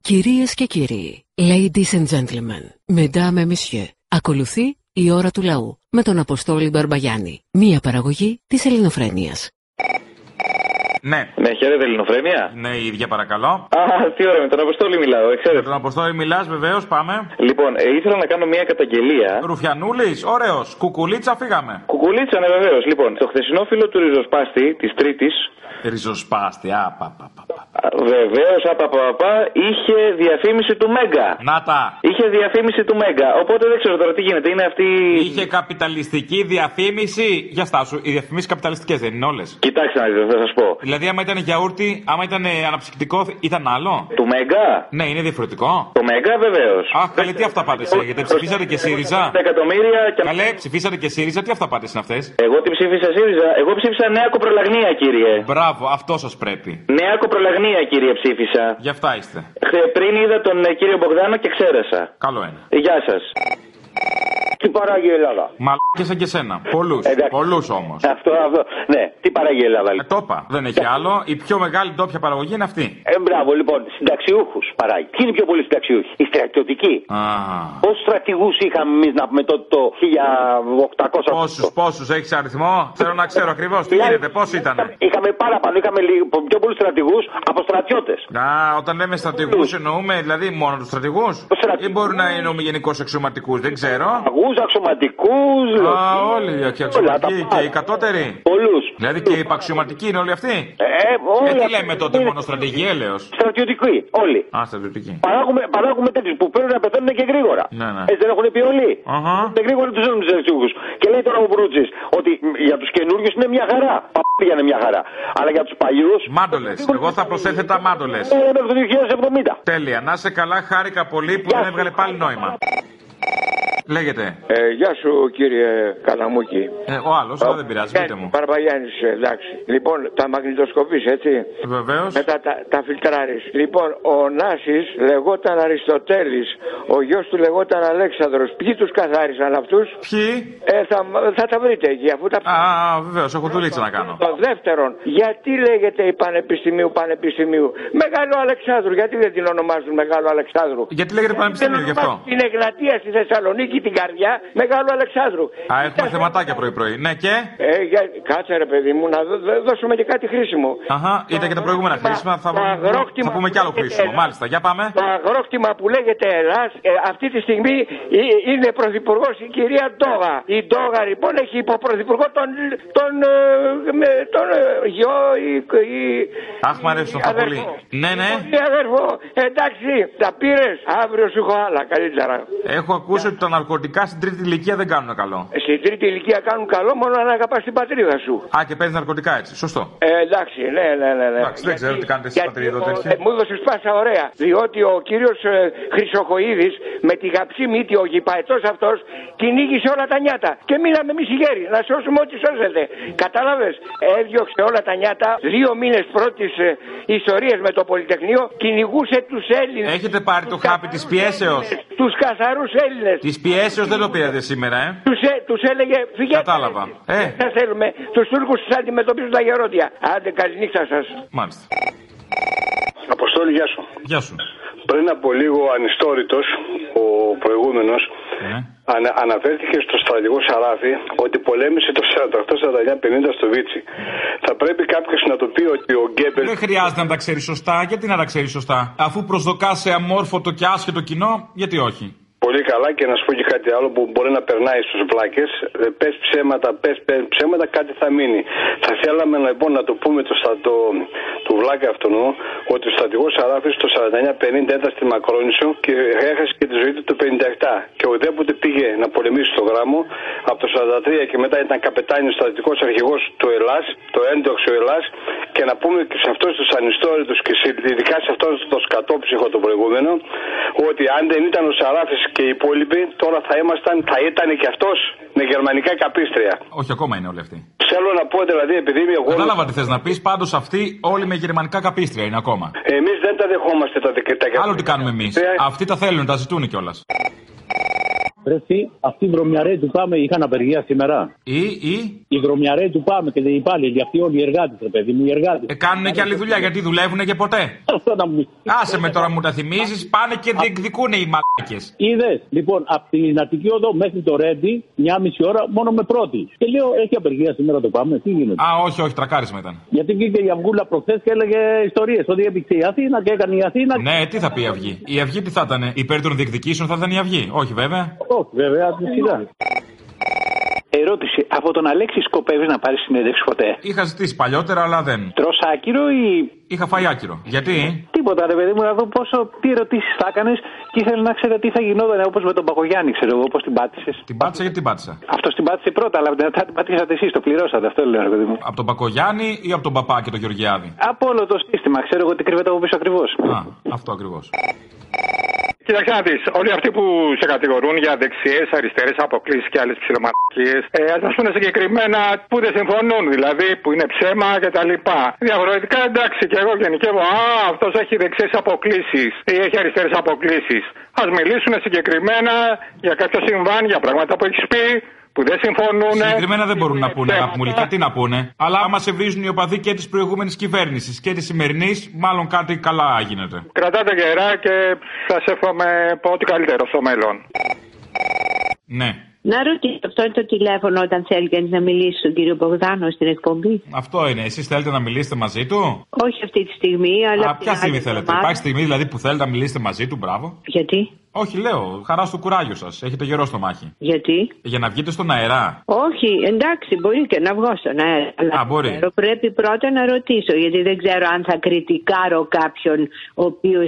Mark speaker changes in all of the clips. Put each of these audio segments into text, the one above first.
Speaker 1: Κυρίες και κύριοι, ladies and gentlemen, mesdames et messieurs, ακολουθεί η ώρα του λαού με τον Αποστόλη Μπαρμπαγιάννη, μία παραγωγή της ελληνοφρένειας.
Speaker 2: Ναι.
Speaker 3: Ναι, χαίρετε Ελληνοφρένεια.
Speaker 2: Ναι, η ίδια παρακαλώ.
Speaker 3: Α, τι ώρα, με τον Αποστόλη μιλάω,
Speaker 2: Με
Speaker 3: εξαίρετα.
Speaker 2: τον Αποστόλη μιλάς, βεβαίως, πάμε.
Speaker 3: Λοιπόν, ε, ήθελα να κάνω μια καταγγελία.
Speaker 2: Ρουφιανούλης, ωραίος. Κουκουλίτσα, φύγαμε.
Speaker 3: Κουκουλίτσα, ναι, βεβαίως. Λοιπόν, το χθεσινό φίλο του ριζοσπάστη της Τρίτης,
Speaker 2: Ριζοσπάστη, α, πα, πα, πα, πα.
Speaker 3: βεβαίω, απαπαπαπα, είχε διαφήμιση του Μέγκα.
Speaker 2: Να τα.
Speaker 3: Είχε διαφήμιση του Μέγκα. Οπότε δεν ξέρω τώρα τι γίνεται. Είναι αυτή.
Speaker 2: Είχε καπιταλιστική διαφήμιση. Για στάσου, οι διαφημίσεις καπιταλιστικές δεν είναι όλες.
Speaker 3: Κοιτάξτε να δείτε, θα σας πω.
Speaker 2: Δηλαδή, άμα ήταν γιαούρτι, άμα ήταν ε, αναψυκτικό, ήταν άλλο.
Speaker 3: Του Μέγκα.
Speaker 2: Ναι, είναι διαφορετικό.
Speaker 3: Το Μέγκα, βεβαίως.
Speaker 2: Αχ, καλέ, τι αυτά πάτε λέγεται. Ψηφίσατε και ΣΥΡΙΖΑ.
Speaker 3: εκατομμύρια και.
Speaker 2: Καλέ, ψηφίσατε και ΣΥΡΙΖΑ, τι αυτά πάτε είναι αυτές.
Speaker 3: Εγώ την ψήφισα ΣΥΡΙΖΑ. Εγώ ψήφισα Νέα Κοπρολαγνία, κύριε.
Speaker 2: Μπράβο, αυτός σας πρέπει.
Speaker 3: Νέα Κοπρολαγνία, κύριε, ψήφισα.
Speaker 2: Γι' αυτά είστε.
Speaker 3: Χθε πριν είδα τον ε, κύριο Μπογδάνο και ξέρασα.
Speaker 2: Καλό είναι.
Speaker 3: Γεια σας.
Speaker 4: Τι παράγει η Ελλάδα.
Speaker 2: Μαλάκια σαν και σένα. Πολλούς.
Speaker 4: Εντάξει.
Speaker 2: Πολλούς όμως.
Speaker 4: Αυτό, αυτό. Ναι, τι παράγει η Ελλάδα.
Speaker 2: Ε,
Speaker 4: λοιπόν.
Speaker 2: το είπα. Δεν έχει άλλο. Η πιο μεγάλη ντόπια παραγωγή είναι αυτή.
Speaker 4: Ε, μπράβο, λοιπόν, συνταξιούχους παράγει. Ποιοι είναι οι πιο πολλοί συνταξιούχοι. Οι στρατιωτικοί.
Speaker 2: Α.
Speaker 4: Πόσους στρατηγούς είχαμε εμείς να πούμε τότε το 1800.
Speaker 2: Πόσους, πόσους έχεις αριθμό. Θέλω να ξέρω ακριβώς τι γίνεται, πόσοι ήταν.
Speaker 4: Είχαμε παραπάνω, είχαμε λίγο- πιο πολλούς στρατηγούς από στρατιώτες.
Speaker 2: Α, όταν λέμε στρατηγούς εννοούμε δηλαδή μόνο τους στρατηγούς.
Speaker 4: στρατηγούς.
Speaker 2: Ή μπορεί να εννοούμε γενικώ εξωματικού, δεν ξέρω.
Speaker 4: Αγού, αξιωματικούς.
Speaker 2: Α, όλοι και οι αξιωματικοί και οι κατώτεροι.
Speaker 4: Πολλούς.
Speaker 2: Δηλαδή και οι υπαξιωματικοί είναι όλοι αυτοί.
Speaker 4: Ε,
Speaker 2: Ε,
Speaker 4: όλοι
Speaker 2: τι
Speaker 4: αυτοί
Speaker 2: λέμε τότε
Speaker 4: είναι
Speaker 2: μόνο στρατηγοί, έλεος.
Speaker 4: Στρατιωτικοί, όλοι.
Speaker 2: Α, στρατιωτικοί.
Speaker 4: Παράγουμε, παράγουμε τέτοιους που παίρνουν να πεθαίνουν και γρήγορα.
Speaker 2: Ναι, ναι.
Speaker 4: Έτσι δεν έχουν πει όλοι.
Speaker 2: Αχα.
Speaker 4: Και γρήγορα τους δίνουν τους δεξιούχου. Και λέει τώρα ο Μπρούτζης ότι μ, για τους καινούριου είναι μια χαρά. Παπάρια είναι μια χαρά. Αλλά για τους παλιούς.
Speaker 2: Μάντολες. Εγώ θα προσέθετα μάντολες.
Speaker 4: Είναι μέχρι το 2070.
Speaker 2: Τέλεια. Να είσαι καλά, χάρηκα πολύ που δεν έβγαλε πάλι νόημα. Λέγεται.
Speaker 5: Ε, γεια σου κύριε Καλαμούκη.
Speaker 2: Ε, ο άλλος, αλλά δεν πειράζει, πείτε μου.
Speaker 5: Παραπαγιάννης, ε, εντάξει. Λοιπόν, τα μαγνητοσκοπείς, έτσι.
Speaker 2: Βεβαίως.
Speaker 5: Μετά τα, τα φιλτράρεις. Λοιπόν, ο Νάσης λεγόταν Αριστοτέλης, ο γιος του λεγόταν Αλέξανδρος. Ποιοι τους καθάρισαν αυτούς,
Speaker 2: Ποιοι.
Speaker 5: ε, θα, θα τα βρείτε εκεί, αφού τα
Speaker 2: Α, βεβαίως, έχω δουλίτσα να κάνω.
Speaker 5: Το δεύτερον, γιατί λέγεται η Πανεπιστημίου Πανεπιστημίου Μεγάλο Αλεξάνδρου, γιατί δεν την ονομάζουν Μεγάλο Αλεξάνδρου.
Speaker 2: Γιατί λέγεται πανεπιστήμιο γι' αυτό.
Speaker 5: Την Εγνατίας στη Θεσσαλονίκη, την καρδιά, Μεγάλο Αλεξάνδρου.
Speaker 2: Α, έχουμε
Speaker 5: Ήταν-
Speaker 2: θεματάκια πρωί-πρωί. Ναι, και.
Speaker 5: Ε, για... Κάτσε ρε παιδί μου, να δω- δω- δώσουμε και κάτι χρήσιμο.
Speaker 2: Αχα, ήταν και τα προηγούμενα χρήσιμα. Θα,
Speaker 5: Το αγρόκτημα
Speaker 2: θα πούμε κι άλλο
Speaker 5: που λέγεται
Speaker 2: χρήσιμο.
Speaker 5: Ελλάς-
Speaker 2: Μάλιστα, για πάμε.
Speaker 5: Το αγρόκτημα που λέγεται Ελλάς, ε, αυτή τη στιγμή ε, είναι πρωθυπουργός η κυρία Ντόγα. Η Ντόγα λοιπόν έχει υποπρωθυπουργό τον, τον, ε, με- τον ε, γιο ή... ή-
Speaker 2: Αχ, μ' αρέσει
Speaker 5: ή
Speaker 2: το Φαπουλί.
Speaker 5: αδερφό.
Speaker 2: Ναι, ναι.
Speaker 5: Λοιπόν, αδερφό, εντάξει, τα πήρες. Αύριο σου έχω άλλα, καλύτερα.
Speaker 2: Έχω ακούσει ότι τα ναρκωτικά στην τρίτη ηλικία δεν κάνουν καλό.
Speaker 5: Στην τρίτη ηλικία κάνουν καλό μόνο αν αγαπάς την πατρίδα σου.
Speaker 2: Α, και παίρνει ναρκωτικά έτσι. Σωστό.
Speaker 5: Ε, εντάξει, ναι, ναι, ναι. ναι.
Speaker 2: Εντάξει, δεν ξέρω τι κάνετε εσείς,
Speaker 5: γιατί
Speaker 2: πατρίδο,
Speaker 5: ο-
Speaker 2: τέτοια.
Speaker 5: ε, μου έδωσες πάσα ωραία. Διότι ο κύριος ε, Χρυσοχοίδης με τη γαψή μύτη, ο γηπαετός αυτός, κυνήγησε όλα τα νιάτα. Και μείναμε εμείς οι γέροι, να σώσουμε ό,τι σώζεται. Κατάλαβες, έδιωξε όλα τα νιάτα. Δύο μήνες πρώτης ε, ιστορίας με το Πολυτεχνείο κυνηγούσε τους Έλληνες.
Speaker 2: Έχετε πάρει το χάπι της πιέσεως.
Speaker 5: Τους καθαρούς Έλληνες.
Speaker 2: Της πιέσεω δεν το πήρατε σήμερα, ε.
Speaker 5: Τους, ε, τους έλεγε φύγετε.
Speaker 2: Κατάλαβα. Ε.
Speaker 5: Ε. Δεν θέλουμε. Τους Τούρκους τους αντιμετωπίζουν τα γερόντια. Άντε καληνύχτα σας.
Speaker 2: Μάλιστα.
Speaker 6: Αποστόλη, γεια σου.
Speaker 2: Γεια σου.
Speaker 6: Πριν από λίγο, ανιστόρητος, ο προηγούμενος,
Speaker 2: Ναι.
Speaker 6: ανα, αναφέρθηκε στο στρατηγό Σαράφη ότι πολέμησε το 48-49-50 στο Βίτσι. Θα πρέπει κάποιος να το πει ότι ο Γκέμπελ.
Speaker 2: Δεν χρειάζεται να τα ξέρεις σωστά. Γιατί να τα ξέρεις σωστά. Αφού προσδοκά σε αμόρφωτο και άσχετο κοινό, γιατί όχι.
Speaker 6: Πολύ καλά και να σου πω και κάτι άλλο που μπορεί να περνάει στους βλάκες. Ε, Πες ψέματα, πες, πες ψέματα, κάτι θα μείνει. Θα θέλαμε να, λοιπόν να το πούμε το στρατό του βλάκα αυτού ότι ο στρατηγός Σαράφης το 49-50 ήταν στη Μακρόνησο και έχασε και τη ζωή του το 57. Και ουδέποτε πήγε να πολεμήσει στο γράμμο από το 43 και μετά ήταν καπετάνιος στρατηγός αρχηγός του Ελλάς, το έντοξο Ελλάς και να πούμε και σε αυτούς τους ανιστόρητους και σε, ειδικά σε αυτόν το σκατόψυχο το προηγούμενο ότι αν δεν ήταν ο Σαράφης και οι υπόλοιποι τώρα θα ήμασταν, θα ήταν και αυτός με γερμανικά καπίστρια.
Speaker 2: Όχι, ακόμα είναι όλοι αυτοί.
Speaker 6: Θέλω να πω δηλαδή επειδή είμαι εγώ...
Speaker 2: Κατάλαβα τι θες να πεις. Πάντως αυτοί όλοι με γερμανικά καπίστρια είναι ακόμα.
Speaker 6: Εμείς δεν τα δεχόμαστε τα δικαιτά
Speaker 2: Άλλο τι κάνουμε εμείς. Αυτοί τα θέλουν, τα ζητούν κιόλας.
Speaker 7: Βρεθεί αυτοί οι βρωμιαρέοι του ΠΑΜΕ είχαν απεργία σήμερα.
Speaker 2: Ή, ή,
Speaker 7: Οι βρωμιαρέοι του ΠΑΜΕ και οι υπάλληλοι, αυτοί όλοι οι εργάτες, ρε παιδί μου, οι εργάτες.
Speaker 2: ε, κάνουν και άλλη δουλειά γιατί δουλεύουν και ποτέ.
Speaker 7: Αυτό να μου
Speaker 2: Άσε με τώρα μου τα θυμίζεις, πάνε και διεκδικούν οι μαλάκες.
Speaker 7: Είδες, λοιπόν, από την Αττική Οδό μέχρι το Ρέντι, μια μισή ώρα μόνο με πρώτη. Και λέω, έχει απεργία σήμερα το πάμε, τι γίνεται.
Speaker 2: Α, όχι, όχι, τρακάρισμα ήταν.
Speaker 7: Γιατί βγήκε η Αυγούλα προχθές και έλεγε ιστορίες ότι έπαιξε η Αθήνα και έκανε η Αθήνα.
Speaker 2: Ναι, τι θα πει η Αυγή. Η Αυγή τι θα ήταν, υπέρ των διεκδικήσεων θα ήταν η Αυγή. Όχι, βέβαια.
Speaker 7: Όχι, βέβαια, σιγά.
Speaker 8: Ερώτηση. Από τον Αλέξη σκοπεύεις να πάρεις συνέντευξη ποτέ.
Speaker 2: Είχα ζητήσει παλιότερα, αλλά δεν.
Speaker 8: Τρως άκυρο ή
Speaker 2: Είχα φάει άκυρο. Γιατί?
Speaker 8: τίποτα, ρε παιδί μου, να δω πόσο, τι ερωτήσεις θα έκανες και ήθελα να ξέρω τι θα γινόταν όπως με τον Πακογιάννη, ξέρω εγώ, πώς την πάτησες.
Speaker 2: Την πάτησα γιατί την πάτησα.
Speaker 8: Αυτό την πάτησε πρώτα, αλλά μετά την πατήσατε εσείς, το πληρώσατε. Αυτό λέω, ρε παιδί μου.
Speaker 2: Από τον Πακογιάννη ή από τον Παπά και τον Γεωργιάδη.
Speaker 8: Από όλο το σύστημα, ξέρω εγώ τι κρύβεται από πίσω ακριβώς.
Speaker 2: Α, αυτό ακριβώς.
Speaker 9: Κοίταξε να δεις, όλοι αυτοί που σε κατηγορούν για δεξιές, αριστερές αποκλήσεις και άλλες ψιλομαρκίες, ε, ας μα πούνε συγκεκριμένα που δεν συμφωνούν, δηλαδή που είναι ψέμα κτλ. Διαφορετικά εντάξει, και εγώ γενικεύω, Α, αυτός έχει δεξιές αποκλήσεις ή έχει αριστερές αποκλήσεις. Ας μιλήσουν συγκεκριμένα για κάποιο συμβάν, για πράγματα που έχεις πει, που δεν συμφωνούν.
Speaker 2: Συγκεκριμένα δεν μπορούν να
Speaker 8: Ναι.
Speaker 2: πούνε, αγαπητοί μου Λυκά, τι να πούνε. Αλλά άμα σε βρίζουν οι οπαδοί και της προηγούμενης κυβέρνησης και της σημερινής, μάλλον κάτι καλά γίνεται.
Speaker 9: Κρατάτε γερά και σα εύχομαι ό,τι καλύτερο στο μέλλον.
Speaker 2: Ναι.
Speaker 10: Να ρωτήσω, αυτό είναι το τηλέφωνο όταν θέλει κανείς να μιλήσει στον κύριο Μπογδάνο στην εκπομπή.
Speaker 2: Αυτό είναι. Εσείς θέλετε να μιλήσετε μαζί του.
Speaker 10: Όχι αυτή τη στιγμή, αλλά.
Speaker 2: Α,
Speaker 10: την
Speaker 2: ποια
Speaker 10: άλλη
Speaker 2: στιγμή θέλετε.
Speaker 10: εβδομάδα.
Speaker 2: Υπάρχει στιγμή δηλαδή που θέλετε να μιλήσετε μαζί του, μπράβο.
Speaker 10: Γιατί,
Speaker 2: Όχι, λέω. Χαρά στο κουράγιο σας. Έχετε γερό στο μάχη.
Speaker 10: γιατί.
Speaker 2: Για να βγείτε στον αερά.
Speaker 10: Όχι, εντάξει, μπορεί και να βγω στον αέρα. αλλά
Speaker 2: Α, μπορεί.
Speaker 10: ξέρω, Πρέπει πρώτα να ρωτήσω, γιατί δεν ξέρω αν θα κριτικάρω κάποιον ο οποίος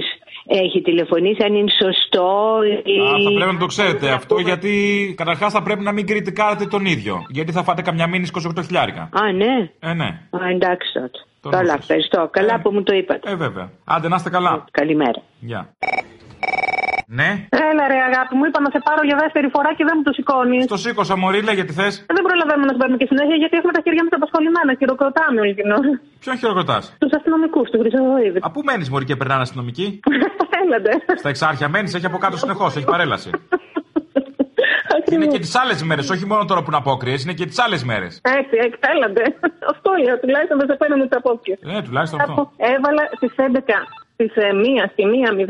Speaker 10: έχει τηλεφωνήσει, αν είναι σωστό. Ή...
Speaker 2: Α, θα πρέπει να το ξέρετε αυτό γιατί καταρχάς θα πρέπει να μην κριτικάρετε τον ίδιο. Γιατί θα φάτε καμιά μήνυση 28 χιλιάρικα.
Speaker 10: Α, ναι.
Speaker 2: Ε, ναι.
Speaker 10: Α, εντάξει τότε.
Speaker 2: Το
Speaker 10: Καλά,
Speaker 2: νόμος.
Speaker 10: ευχαριστώ. Καλά
Speaker 2: Ε,
Speaker 10: που μου το είπατε.
Speaker 2: Ε, βέβαια. Άντε, να είστε καλά.
Speaker 10: Καλημέρα.
Speaker 2: Γεια. Ναι.
Speaker 11: Έλα ρε αγάπη μου, είπα να σε πάρω για δεύτερη φορά και δεν μου το σηκώνεις.
Speaker 2: Στο σήκωσα, Μωρή, λέγε τι θες.
Speaker 11: Δεν προλαβαίνω να σε παίρνω και συνέχεια γιατί έχουμε τα χέρια μας απασχολημένα. Χειροκροτάμε όλη την ώρα.
Speaker 2: Ποιον χειροκροτάς.
Speaker 11: Τους αστυνομικούς, του Χρυσοβοίδη.
Speaker 2: Από πού μένεις, Μωρή, και περνάνε αστυνομικοί.
Speaker 11: Ε, Έλατε.
Speaker 2: Στα εξάρχεια μένεις, έχει από κάτω συνεχώς, έχει παρέλαση. είναι και τις άλλες μέρες, όχι μόνο τώρα που είναι απόκριες, είναι και τις άλλες μέρες.
Speaker 11: Έτσι, έτσι, έλατε. Αυτό λέω, τουλάχιστον δεν σε παίρνω με τις απόψει.
Speaker 2: Ναι, τουλάχιστον αυτό.
Speaker 11: Έβαλα στι 11 τη 1 ε, στη 1.03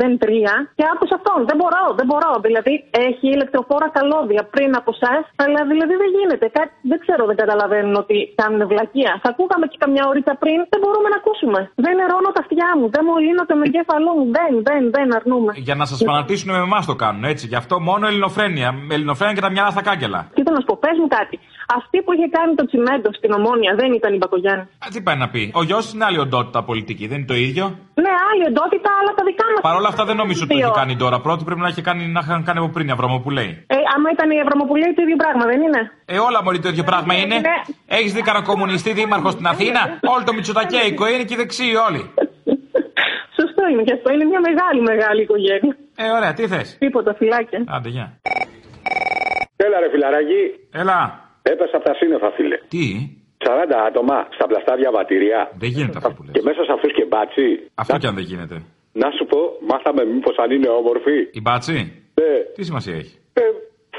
Speaker 11: και άκουσα αυτόν. Δεν μπορώ, δεν μπορώ. Δηλαδή έχει ηλεκτροφόρα καλώδια πριν από εσά, αλλά δηλαδή δεν γίνεται. Κάτι, δεν ξέρω, δεν καταλαβαίνουν ότι κάνουν βλακεία. Θα ακούγαμε και καμιά ώριτσα πριν, δεν μπορούμε να ακούσουμε. Δεν ερώνω τα αυτιά μου, δεν μολύνω τον εγκέφαλό μου. Δεν, δεν, δεν αρνούμε.
Speaker 2: Για να σας φανατίσουν με εμάς το κάνουν, έτσι. Γι' αυτό μόνο ελληνοφρένεια. Με ελληνοφρένεια και τα μυαλά στα κάγκελα.
Speaker 11: Κοίτα να σου πω, πες μου κάτι. Αυτή που είχε κάνει το τσιμέντο στην ομόνια δεν ήταν η Μπακογιάννη.
Speaker 2: Α, τι πάει να πει. Ο γιος είναι άλλη οντότητα πολιτική, δεν είναι το ίδιο.
Speaker 11: Ναι, άλλη εντότητα, αλλά τα δικά μας.
Speaker 2: Παρ' όλα αυτά δεν νομίζω ότι το έχει κάνει τώρα. Πρώτη πρέπει να, είχε κάνει, να είχαν κάνει από πριν η Αβραμοπουλέη.
Speaker 11: Ε, άμα ήταν η Ευρωμοπουλή, το ίδιο πράγμα, δεν είναι.
Speaker 2: Ε, όλα μωρή το ίδιο πράγμα είναι. Έχεις δει κανένα κομμουνιστή δήμαρχος στην Αθήνα. Όλο το μυτσοτακέικο είναι και οι δεξιοί όλοι.
Speaker 11: Σωστό είναι και αυτό. Είναι μια μεγάλη, μεγάλη οικογένεια.
Speaker 2: Ε, ωραία, τι θες.
Speaker 11: Τίποτα, φυλάκια.
Speaker 2: Άντε, γεια.
Speaker 4: Έλα ρε φιλαράκι,
Speaker 2: Έλα.
Speaker 4: έπεσα από τα σύννεφα φίλε.
Speaker 2: Τι,
Speaker 4: 40 άτομα στα πλαστά διαβατηρία.
Speaker 2: δεν γίνεται αυτό που λες.
Speaker 4: Και μέσα σε αυτούς και μπάτσι.
Speaker 2: Αυτό
Speaker 4: να,
Speaker 2: κι αν δεν γίνεται.
Speaker 4: να σου πω, μάθαμε μήπως αν είναι όμορφοι.
Speaker 2: Η μπάτσι,
Speaker 4: Ε,
Speaker 2: τι σημασία έχει.
Speaker 4: ε,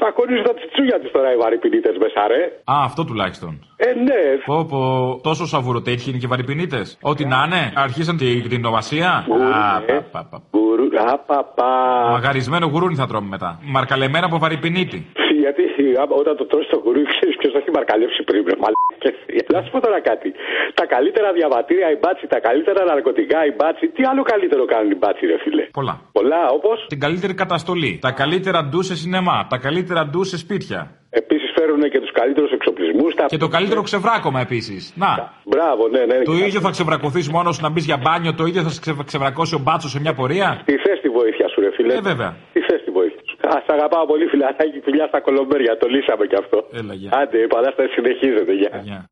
Speaker 4: θα κονίζουν τα τσιτσούγια του τώρα οι βαρυπινίτες μέσα, ρε.
Speaker 2: Α, αυτό τουλάχιστον.
Speaker 4: Ε, ναι,
Speaker 2: Πω, πω, τόσο σαβουροτέτυχοι είναι και βαρυπινίτες. Ό,τι να είναι, αρχίσαν την την νομασία. Α,
Speaker 4: ναι.
Speaker 2: πα, πα, πα.
Speaker 4: Γκουρού, απαπα.
Speaker 2: Μαγαρισμένο γουρούνι θα τρώμε μετά. Μαρκαλεμένα από βαρυπινίτη.
Speaker 4: Γιατί α, όταν το τρώσει το γουρού, ξέρεις ποιος έχει μαρκαλέψει πριν. ρε, μαλάκες. Να σου πω τώρα κάτι. Τα καλύτερα διαβατήρια, η μπάτσι, τα καλύτερα ναρκωτικά, η μπάτσι. Τι άλλο καλύτερο κάνουν οι μπάτσι, ρε φίλε.
Speaker 2: Πολλά.
Speaker 4: Πολλά, όπως
Speaker 2: Την καλύτερη καταστολή. Τα καλύτερα ντου σε σινεμά. Τα καλύτερα ντου σε σπίτια.
Speaker 4: επίσης φέρουν και τους καλύτερους εξοπλισμούς. Τα...
Speaker 2: Και το καλύτερο ξεβράκωμα επίσης. Να.
Speaker 4: Μπράβο, ναι, ναι.
Speaker 2: Το
Speaker 4: Και
Speaker 2: ίδιο θα ξεβρακωθείς μόνος να μπεις για μπάνιο, το ίδιο θα σε ξε- ξεβρακώσει ο μπάτσος σε μια πορεία.
Speaker 4: Τι θες τη βοήθεια σου, ρε φίλε.
Speaker 2: Ε, βέβαια.
Speaker 4: Τι θες τη βοήθεια σου. Ας, σ' αγαπάω πολύ, φιλαράκι, φιλιά στα κολομπέρια. Το λύσαμε κι αυτό.
Speaker 2: Έλα, γεια.
Speaker 4: Άντε, η παράσταση συνεχίζεται, γεια.
Speaker 2: Γεια.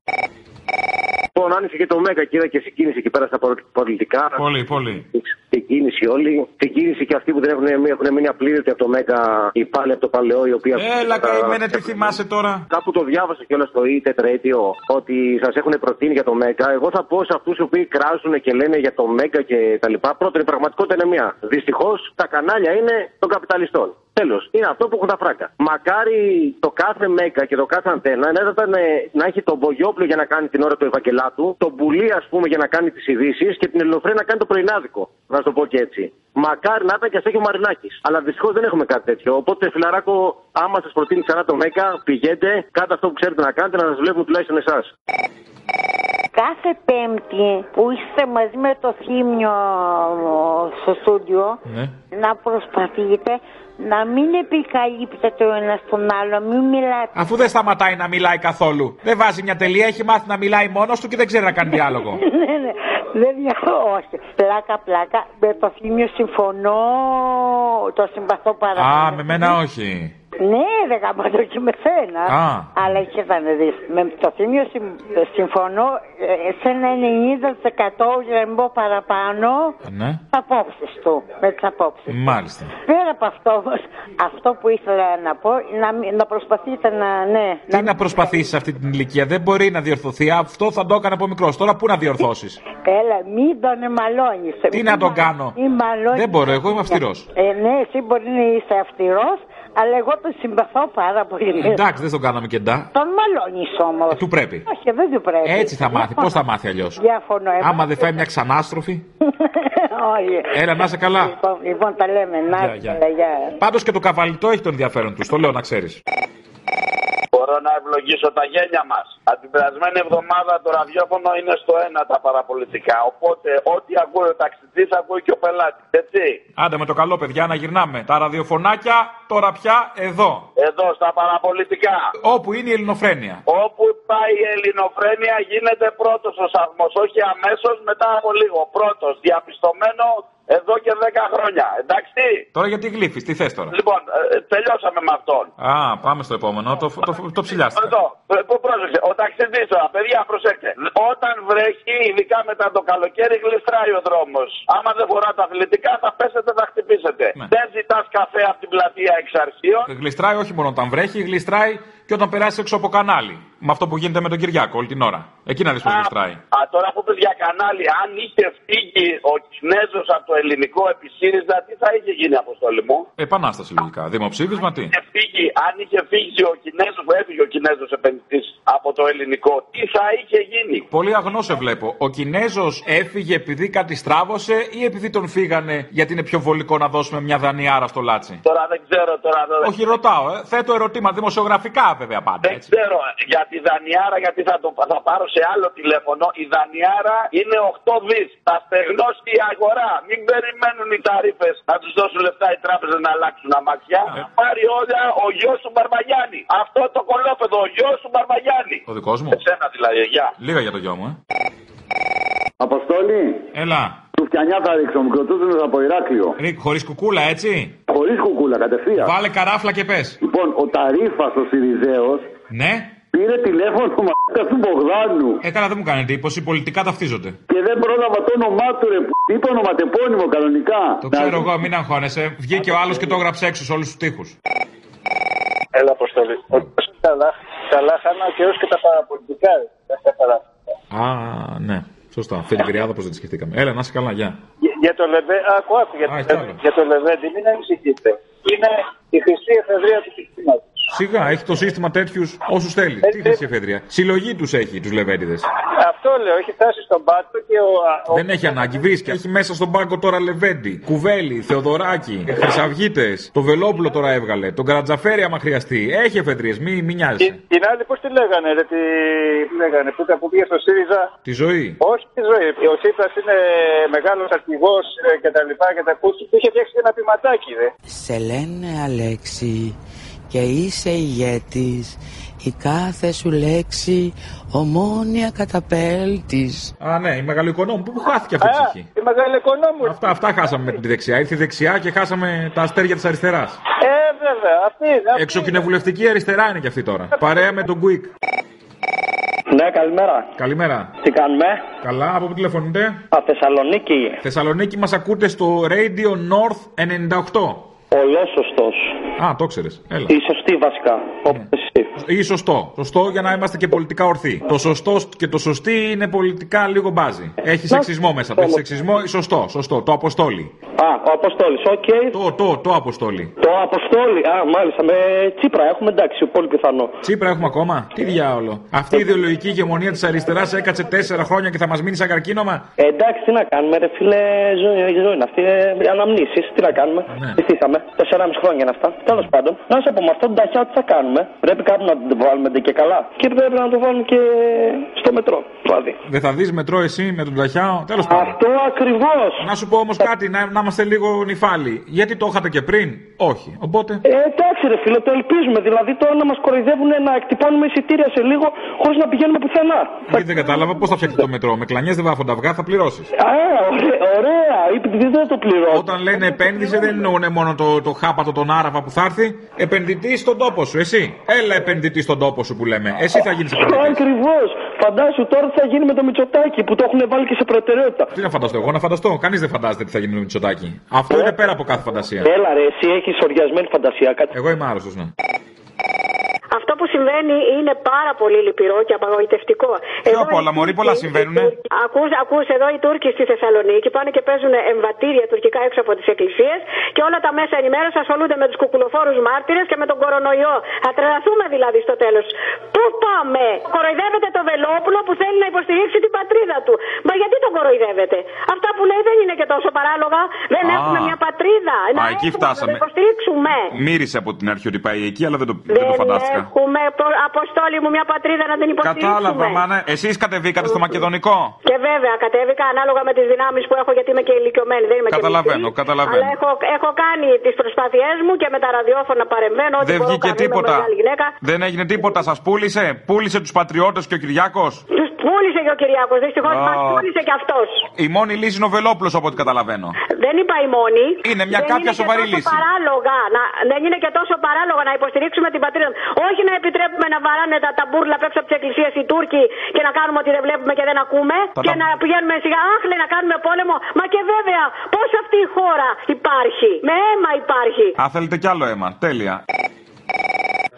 Speaker 8: Λοιπόν, άνοιξε και το Μέγκα και είδα και συγκίνηση εκεί πέρα στα πολιτικά.
Speaker 2: Πολύ, πολύ.
Speaker 8: Την κίνηση όλοι. Την κίνηση και αυτοί που δεν έχουν, έχουν μείνει απλήρωτοι από το Μέγκα, οι πάλι από το παλαιό, οι οποίοι.
Speaker 2: Έλα, καημένε, τι θυμάσαι τώρα.
Speaker 8: Κάπου το διάβασα κιόλας στο ή τετραετίο ότι σας έχουν προτείνει για το Μέγκα. Εγώ θα πω σε αυτούς οι οποίοι κράζουν και λένε για το Μέγκα και τα λοιπά. Πρώτον, η πραγματικότητα είναι μία. Δυστυχώς τα κανάλια είναι των καπιταλιστών. Τέλος. Είναι αυτό που έχουν τα φράκα. Μακάρι το κάθε Μέγκα και το κάθε αντένα να, ήταν, ε, να έχει τον Μπογιόπλιο για να κάνει την ώρα του Ευαγγελάτου, τον Πουλί, ας πούμε, για να κάνει τις ειδήσεις και την Ελληνοφρέ να κάνει το πρωινάδικο. Να σου το πω και έτσι. Μακάρι να ήταν και ας έχει ο Μαρινάκης. Αλλά δυστυχώς δεν έχουμε κάτι τέτοιο. Οπότε, φιλαράκο, άμα σας προτείνει ξανά το Μέγκα, πηγαίνετε, κάντε αυτό που ξέρετε να κάνετε, να σας βλέπουν τουλάχιστον εσάς.
Speaker 12: Κάθε Πέμπτη που είστε μαζί με το θύμιο στο στούντιο,
Speaker 13: Ναι.
Speaker 12: να προσπαθείτε να μην επικαλύπτετε ο ένας τον άλλο, μην μιλάτε.
Speaker 2: Αφού δεν σταματάει να μιλάει καθόλου. Δεν βάζει μια τελεία, έχει μάθει να μιλάει μόνος του και δεν ξέρει να κάνει διάλογο.
Speaker 12: ναι, ναι, δεν δια- όχι. Πλάκα, πλάκα. Με το θύμιο συμφωνώ, το συμπαθώ πάρα
Speaker 2: Α,
Speaker 12: πολύ.
Speaker 2: με μένα όχι.
Speaker 12: Ναι, δεν γαμπατώ και με σένα.
Speaker 2: Α.
Speaker 12: Αλλά είχε θα με δεις. Με το θύμιο συμ- συμφωνώ ε, σε ένα 90% για να μην πω παραπάνω
Speaker 2: Ναι.
Speaker 12: τις απόψεις του. Με τις απόψεις.
Speaker 2: Μάλιστα.
Speaker 12: Πέρα από αυτό όμως, αυτό που ήθελα να πω, να, μην- να προσπαθείτε να, ναι,
Speaker 2: Τι να προσπαθήσεις σε αυτή την ηλικία, δεν μπορεί να διορθωθεί. Αυτό θα το έκανα από μικρός. Τώρα πού να διορθώσεις.
Speaker 12: Έλα, μην τον εμαλώνεις.
Speaker 2: Τι να τον κάνω.
Speaker 12: Μην μαλώνεις.
Speaker 2: Δεν μπορώ, εγώ είμαι αυστηρός.
Speaker 12: Ε, ναι, εσύ μπορεί να είσαι αυστηρός, αλλά εγώ τον συμπαθώ πάρα πολύ.
Speaker 2: Εντάξει, δεν τον κάναμε κεντά.
Speaker 12: Τον μαλώνεις όμως.
Speaker 2: Ε, Του πρέπει.
Speaker 12: Όχι, δεν του πρέπει.
Speaker 2: Έτσι θα μάθει. Πώς θα μάθει αλλιώς.
Speaker 12: Διαφωνώ. εγώ.
Speaker 2: Άμα δεν φάει μια ξανάστροφη.
Speaker 12: Όχι.
Speaker 2: Έλα, να είσαι καλά.
Speaker 12: Λοιπόν, λοιπόν, τα λέμε. Να,
Speaker 2: Γεια,
Speaker 12: yeah,
Speaker 2: γεια. Πάντως και το καβαλιτό έχει τον ενδιαφέρον τους. Το λέω να ξέρεις.
Speaker 14: Μπορώ να ευλογήσω τα γένια μας. Από την περασμένη εβδομάδα το ραδιόφωνο είναι στο ένα τα παραπολιτικά. Οπότε ό,τι ακούει ο ταξιτής ακούει και ο πελάτης. Έτσι.
Speaker 2: Άντε με το καλό, παιδιά, να γυρνάμε. Τα ραδιοφωνάκια τώρα πια εδώ.
Speaker 14: Εδώ στα παραπολιτικά.
Speaker 2: Όπου είναι η ελληνοφρένεια.
Speaker 14: Όπου πάει η ελληνοφρένεια γίνεται πρώτος ο σαρμός, όχι αμέσως μετά από λίγο. Πρώτος, διαπιστωμένο εδώ και 10 χρόνια. Εντάξει.
Speaker 2: Τώρα γιατί γλύφεις, τι θες τώρα.
Speaker 14: Λοιπόν, ε, τελειώσαμε με αυτόν.
Speaker 2: Α, πάμε στο επόμενο. Το, το, το, το ψηλιάστηκα.
Speaker 14: Εδώ, ε, πού πρόσεξε, ο ταξιδί τώρα, παιδιά, προσέξτε. Όταν βρέχει, ειδικά μετά το καλοκαίρι, γλιστράει ο δρόμος. Άμα δεν φοράτε αθλητικά, θα πέσετε, θα χτυπήσετε. Δεν ζητάς καφέ από την πλατεία εξ αρχείων.
Speaker 2: Γλιστράει όχι μόνο όταν βρέχει, γλιστράει και όταν περάσει έξω από κανάλι. Με αυτό που γίνεται με τον Κυριάκο όλη την ώρα. Εκεί να δεις πώς γλιστράει.
Speaker 14: Α, τώρα που πες για κανάλι, αν είχε φύγει ο Κινέζος από το ελληνικό επισύριζα, τι θα είχε γίνει, Αποστολή μου.
Speaker 2: Επανάσταση λογικά. Δημοψήφισμα τι.
Speaker 14: είχε φύγει, αν είχε φύγει ο Κινέζος, που έφυγε ο Κινέζος επενδυτής από το ελληνικό, τι θα είχε γίνει.
Speaker 2: Πολύ αγνό σε βλέπω. Ο Κινέζος έφυγε επειδή κάτι στράβωσε ή επειδή τον φύγανε γιατί είναι πιο βολικό να δώσουμε μια δανειάρα στο λάτσι.
Speaker 14: Τώρα δεν ξέρω, τώρα δεν
Speaker 2: Όχι, ρωτάω, ε. θέτω ερωτήματα δημοσιογραφικά βέβαια πάντα.
Speaker 14: Δεν ξέρω ε, για τη Δανιάρα, γιατί θα, το, θα πάρω σε άλλο τηλέφωνο. Η Δανιάρα είναι 8 δις. Θα στεγνώσει η αγορά. Μην περιμένουν οι ταρήφε να τους δώσουν λεφτά οι τράπεζες να αλλάξουν αμαξιά. Θα πάρει όλα ο γιος του Μπαρμπαγιάννη. Αυτό το κολόπεδο, ο γιος του Μπαρμπαγιάννη.
Speaker 2: Ο δικός μου.
Speaker 14: Εσένα δηλαδή, γεια.
Speaker 2: Λίγα για το γιο μου, ε.
Speaker 15: Αποστολή.
Speaker 2: Έλα.
Speaker 15: Τουφτιανιά θα ρίξω, μικροτούζουνος από Ηράκλειο.
Speaker 2: Ρίκ, χωρίς κουκούλα, έτσι.
Speaker 15: Χωρίς κουκούλα, κατευθείαν.
Speaker 2: Βάλε καράφλα και πες.
Speaker 15: Λοιπόν, ο Ταρίφας ο Σιριζέος.
Speaker 2: Ναι.
Speaker 15: Πήρε τηλέφωνο μαλάκα του Μπογδάνου.
Speaker 2: Ε, καλά, δεν μου κάνει εντύπωση. Πολιτικά ταυτίζονται.
Speaker 15: Και δεν πρόλαβα το όνομά του, ρε. που- Είπε ονοματεπώνυμο κανονικά.
Speaker 2: Το ξέρω εγώ, μην αγχώνεσαι. Βγήκε ο άλλος και το έγραψε έξω σε όλους τους τοίχους.
Speaker 16: Έλα, Αποστολή. Ο Τάσος καλά, καλά χάνα ο καιρός και τα παραπολιτικά. ρε. Δεν καταλαβαίνω.
Speaker 2: Α, ναι. Σωστά. Αυτή την κρυάδα πώς δεν τη σκεφτήκαμε. Έλα, να είσαι καλά, γεια.
Speaker 16: Για, για το Λεβέ, άκου, άκου, για, το, Λεβέ- για το Λεβέντι, μην ανησυχείτε. Είναι η χρυσή εφεδρεία του συστήματος.
Speaker 2: Σιγά, έχει το σύστημα τέτοιους όσους θέλει. Τι χρυσή εφεδρεία. Συλλογή τους έχει τους λεβέντιδες.
Speaker 16: Αυτό λέω, έχει φτάσει στον πάτο και ο... α, ο-
Speaker 2: Δεν έχει ανάγκη, βρίσκει. Έχει μέσα στον πάγκο τώρα Λεβέντι, Κουβέλη, Θεοδωράκη, Χρυσαυγίτες. Το Βελόπουλο τώρα έβγαλε. Τον Καρατζαφέρη, άμα χρειαστεί. Έχει εφεδρείε, μη, μη νοιάζεσαι.
Speaker 16: Την άλλη πώς τη λέγανε, ρε, τη... Ε, τι λέγανε, που, ήταν που πήγε στο ΣΥΡΙΖΑ.
Speaker 2: Τη ζωή.
Speaker 16: Όχι τη ζωή. Ο Τσίπρας είναι μεγάλος αρχηγός ε, και τα λοιπά και τα κούσκι. Του είχε φτιάξει και ένα ποιηματάκι, δε.
Speaker 17: Σε λένε Αλέξη και είσαι ηγέτης Η κάθε σου λέξη ομόνια καταπέλτης
Speaker 2: Α, ναι, η μεγαλοοικονόμου. Πού χάθηκε αυτή η ψυχή.
Speaker 16: Η μεγάλη οικονόμου.
Speaker 2: Αυτά, αυτά χάσαμε με τη δεξιά. Ήρθε η δεξιά και χάσαμε τα αστέρια της αριστεράς.
Speaker 16: Ε, βέβαια, αυτή είναι. αυτή
Speaker 2: Εξοκοινοβουλευτική αριστερά είναι και αυτή τώρα. Παρέα με τον Quick.
Speaker 18: Ναι, καλημέρα.
Speaker 2: Καλημέρα.
Speaker 18: Τι κάνουμε?
Speaker 2: Καλά, από πού τηλεφωνείτε?
Speaker 18: Α, Θεσσαλονίκη.
Speaker 2: Θεσσαλονίκη μας ακούτε στο Radio North 98.
Speaker 18: Ολόσωστο.
Speaker 2: Α, το ξέρεις. Έλα. Ναι.
Speaker 18: Η σωστή βασικά. Όπως εσύ.
Speaker 2: Ή σωστό. Σωστό για να είμαστε και πολιτικά ορθοί. Το σωστό και το σωστή είναι πολιτικά λίγο μπάζει. Έχει σεξισμό μέσα. Το έχει σεξισμό. Σωστό, σωστό. Το αποστόλι.
Speaker 18: Α, ο Αποστόλης, οκ.
Speaker 2: Το, το, το αποστόλι.
Speaker 18: Το Αποστόλη, α, μάλιστα, με Τσίπρα έχουμε εντάξει, πολύ πιθανό.
Speaker 2: Τσίπρα έχουμε ακόμα. Τι διάολο. Αυτή η ιδεολογική ηγεμονία της αριστεράς έκατσε τέσσερα χρόνια και θα μας μείνει σαν καρκίνωμα.
Speaker 18: Ε, εντάξει, τι να κάνουμε, ρε φίλε, ζωή, ζωή είναι αυτή. Ε, Αναμνήσεις, τι να κάνουμε.
Speaker 2: Ναι.
Speaker 18: Ψηφίσαμε. Τέσσερα μισή χρόνια είναι αυτά. Τέλος πάντων, να σε πω με αυτόν τον ταχιά τι θα κάνουμε. Πρέπει κάπου να τον βάλουμε και καλά. Και πρέπει να τον βάλουμε και στο μετρό. Δηλαδή.
Speaker 2: Δεν θα δεις μετρό εσύ με τον Ταχιάο. Τέλος πάντων.
Speaker 18: Αυτό ακριβώς.
Speaker 2: Να σου πω όμως κάτι, να, να είμαστε λίγο νυφάλοι. Γιατί το είχατε και πριν. Όχι. Οπότε.
Speaker 18: Ε, εντάξει, ρε φίλε, το ελπίζουμε. Δηλαδή τώρα να μας κοροϊδεύουν να εκτυπώνουμε εισιτήρια σε λίγο χωρίς να πηγαίνουμε πουθενά.
Speaker 2: Γιατί δεν κατάλαβα πώς θα φτιαχτεί το μετρό. Με κλανιές δεν βάφονται αυγά, θα πληρώσεις.
Speaker 18: Α, ωραία, ωραία. Επειδή δεν το πληρώνω.
Speaker 2: Όταν λένε επένδυση, δεν εννοούν μόνο το, το χάπατο τον άραβα που θα έρθει. Επενδυτή στον τόπο σου, εσύ. Έλα επενδυτή στον τόπο σου που λέμε. Εσύ θα γίνεις επενδυτής.
Speaker 18: Ακριβώς. Φαντάσου τώρα τι θα γίνει με το Μητσοτάκι που το έχουν βάλει και σε προτεραιότητα.
Speaker 2: Τι να φανταστώ, εγώ να φανταστώ. Κανείς δεν φαντάζεται τι θα γίνει με το Μητσοτάκι. Αυτό είναι πέρα από κάθε φαντασία.
Speaker 18: Έλα ρε, εσύ έχεις οριασμένη φαντασία. Κάτι...
Speaker 2: Εγώ είμαι άρρωστος, ναι.
Speaker 13: Αυτό που συμβαίνει είναι πάρα πολύ λυπηρό και απαγοητευτικό.
Speaker 2: Πιο πολλά, Μωρή, πολλά συμβαίνουνε.
Speaker 13: Ακούς, ακούς, εδώ οι Τούρκοι στη Θεσσαλονίκη πάνε και παίζουν εμβατήρια τουρκικά έξω από τις εκκλησίες και όλα τα μέσα ενημέρωσης ασχολούνται με τους κουκουλοφόρους μάρτυρες και με τον κορονοϊό. Θα τρελαθούμε δηλαδή στο τέλος. Πού πάμε, Κοροϊδεύεται το Βελόπουλο που θέλει να υποστηρίξει την πατρίδα του. Μα γιατί τον κοροϊδεύεται. Αυτά που λέει δεν είναι και τόσο παράλογα. Δεν
Speaker 2: Α.
Speaker 13: έχουμε μια πατρίδα. Να
Speaker 2: Α, εκεί
Speaker 13: έχουμε,
Speaker 2: φτάσαμε.
Speaker 13: Να την υποστηρίξουμε.
Speaker 2: Μύρισε από την αρχή ότι πάει εκεί, αλλά δεν το, δεν
Speaker 19: ναι,
Speaker 2: το φαντάστηκα.
Speaker 13: Έχουμε προ- αποστόλη μου μια πατρίδα να την υποστηρίξουμε.
Speaker 2: Κατάλαβα, μάνα. Εσείς κατεβήκατε στο μακεδονικό.
Speaker 13: Και βέβαια, κατέβηκα ανάλογα με τις δυνάμεις που έχω, γιατί είμαι και ηλικιωμένη. Δεν είμαι και
Speaker 2: Καταλαβαίνω,
Speaker 13: μικρή,
Speaker 2: καταλαβαίνω.
Speaker 13: Αλλά έχω, έχω κάνει τις προσπάθειές μου και με τα ραδιόφωνα παρεμβαίνω. ό,τι
Speaker 2: Δεν
Speaker 13: μπορώ,
Speaker 2: βγήκε
Speaker 13: κάνω, είμαι
Speaker 2: τίποτα.
Speaker 13: μεγάλη γυναίκα.
Speaker 2: Δεν έγινε τίποτα. Σας πούλησε. Πούλησε τους πατριώτες και ο Κυριάκος.
Speaker 13: Τους πούλησε και ο Κυριάκος. Δυστυχώς
Speaker 2: Α.
Speaker 13: μα πούλησε και αυτός.
Speaker 2: Η μόνη λύση είναι ο Βελόπουλος από ό,τι καταλαβαίνω.
Speaker 13: Δεν είπα η μόνη.
Speaker 2: Είναι μια
Speaker 13: δεν
Speaker 2: κάποια
Speaker 13: είναι και
Speaker 2: σοβαρή
Speaker 13: τόσο
Speaker 2: λύση.
Speaker 13: Παράλογα, να, δεν είναι και τόσο παράλογα να υποστηρίξουμε την πατρίδα. μας. Όχι να επιτρέπουμε να βαράνε τα ταμπούρλα απ' έξω από τις εκκλησίες οι Τούρκοι και να κάνουμε ότι δεν βλέπουμε και δεν ακούμε.
Speaker 2: Τα
Speaker 13: και
Speaker 2: τα-
Speaker 13: να πηγαίνουμε σιγά, άχλε να κάνουμε πόλεμο. Μα και βέβαια, πώς αυτή η χώρα υπάρχει. Με αίμα υπάρχει.
Speaker 2: Α, θέλετε κι άλλο αίμα. Τέλεια.